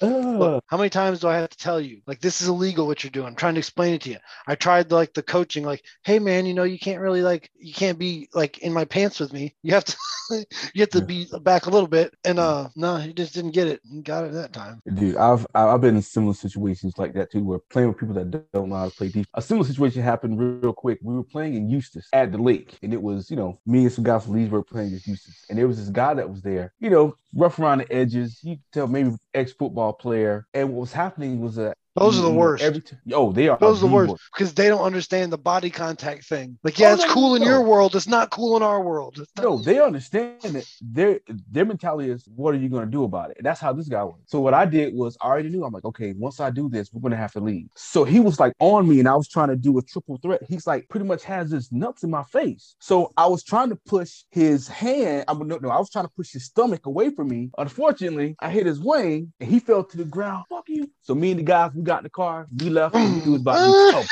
[SPEAKER 4] uh,
[SPEAKER 2] Look, how many times do I have to tell you? Like, this is illegal what you're doing. I'm trying to explain it to you. I tried like the coaching, like, hey man, you know, you can't really like you can't be like in my pants with me. You have to *laughs* you have to be back a little bit. And uh no, he just didn't get it. He got it that time.
[SPEAKER 4] Dude, I've I've been in similar situations like that too, where playing with people that don't know how to play defense. A similar situation happened real quick. We were playing in Eustis at the lake, and it was you know me and some guys from Leesburg playing against Eustis, and there was this guy that was there, you know, rough around the edges. You could tell maybe ex football player. And what was happening was that
[SPEAKER 2] Those are the
[SPEAKER 4] you know,
[SPEAKER 2] worst.
[SPEAKER 4] Every t- oh, they are
[SPEAKER 2] Those are the worst because they don't understand the body contact thing. Like, yeah,
[SPEAKER 4] Oh,
[SPEAKER 2] it's
[SPEAKER 4] no,
[SPEAKER 2] cool in
[SPEAKER 4] no.
[SPEAKER 2] your world. It's not cool in our world. It's not-
[SPEAKER 4] No,
[SPEAKER 2] *laughs*
[SPEAKER 4] they understand that their their mentality is what are you gonna do about it? And that's how this guy was. So what I did was I already knew I'm like, okay, once I do this, we're gonna have to leave. So he was like on me and I was trying to do a triple threat. He's like pretty much has his nuts in my face. So I was trying to push his hand. I mean, no, no, I was trying to push his stomach away from me. Unfortunately, I hit his wing and he fell to the ground. Fuck you. So me and the guys, we got in the car, we left, and we was about to oh,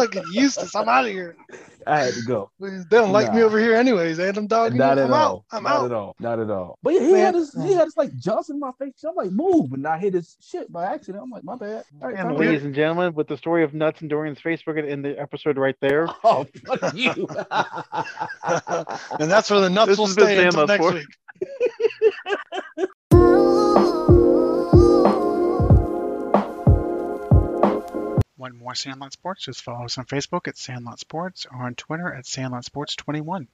[SPEAKER 2] Look at Eustace. I'm out of here.
[SPEAKER 4] I had to go.
[SPEAKER 2] They don't like me
[SPEAKER 4] Nah.
[SPEAKER 2] over here anyways. Adam dog.
[SPEAKER 4] Not at
[SPEAKER 2] I'm
[SPEAKER 4] all.
[SPEAKER 2] out. I'm
[SPEAKER 4] Not
[SPEAKER 2] out.
[SPEAKER 4] at all. Not at all. But yeah, he
[SPEAKER 2] Man.
[SPEAKER 4] had his he had his like jumps in my face. I'm like, move, and I hit his shit by accident. I'm like, my bad. All right,
[SPEAKER 3] And
[SPEAKER 4] time
[SPEAKER 3] ladies and gentlemen, with the story of nuts and Dorian's face, we're gonna end the episode right there.
[SPEAKER 4] out. *laughs* Oh, fuck
[SPEAKER 2] *laughs*
[SPEAKER 4] you. *laughs*
[SPEAKER 2] And that's where the nuts
[SPEAKER 3] This
[SPEAKER 2] will
[SPEAKER 3] has been
[SPEAKER 2] stay until
[SPEAKER 3] Bama
[SPEAKER 2] next
[SPEAKER 3] for-
[SPEAKER 2] week.
[SPEAKER 1] Want more Sandlot Sports? Just follow us on Facebook at Sandlot Sports or on Twitter at Sandlot Sports 21.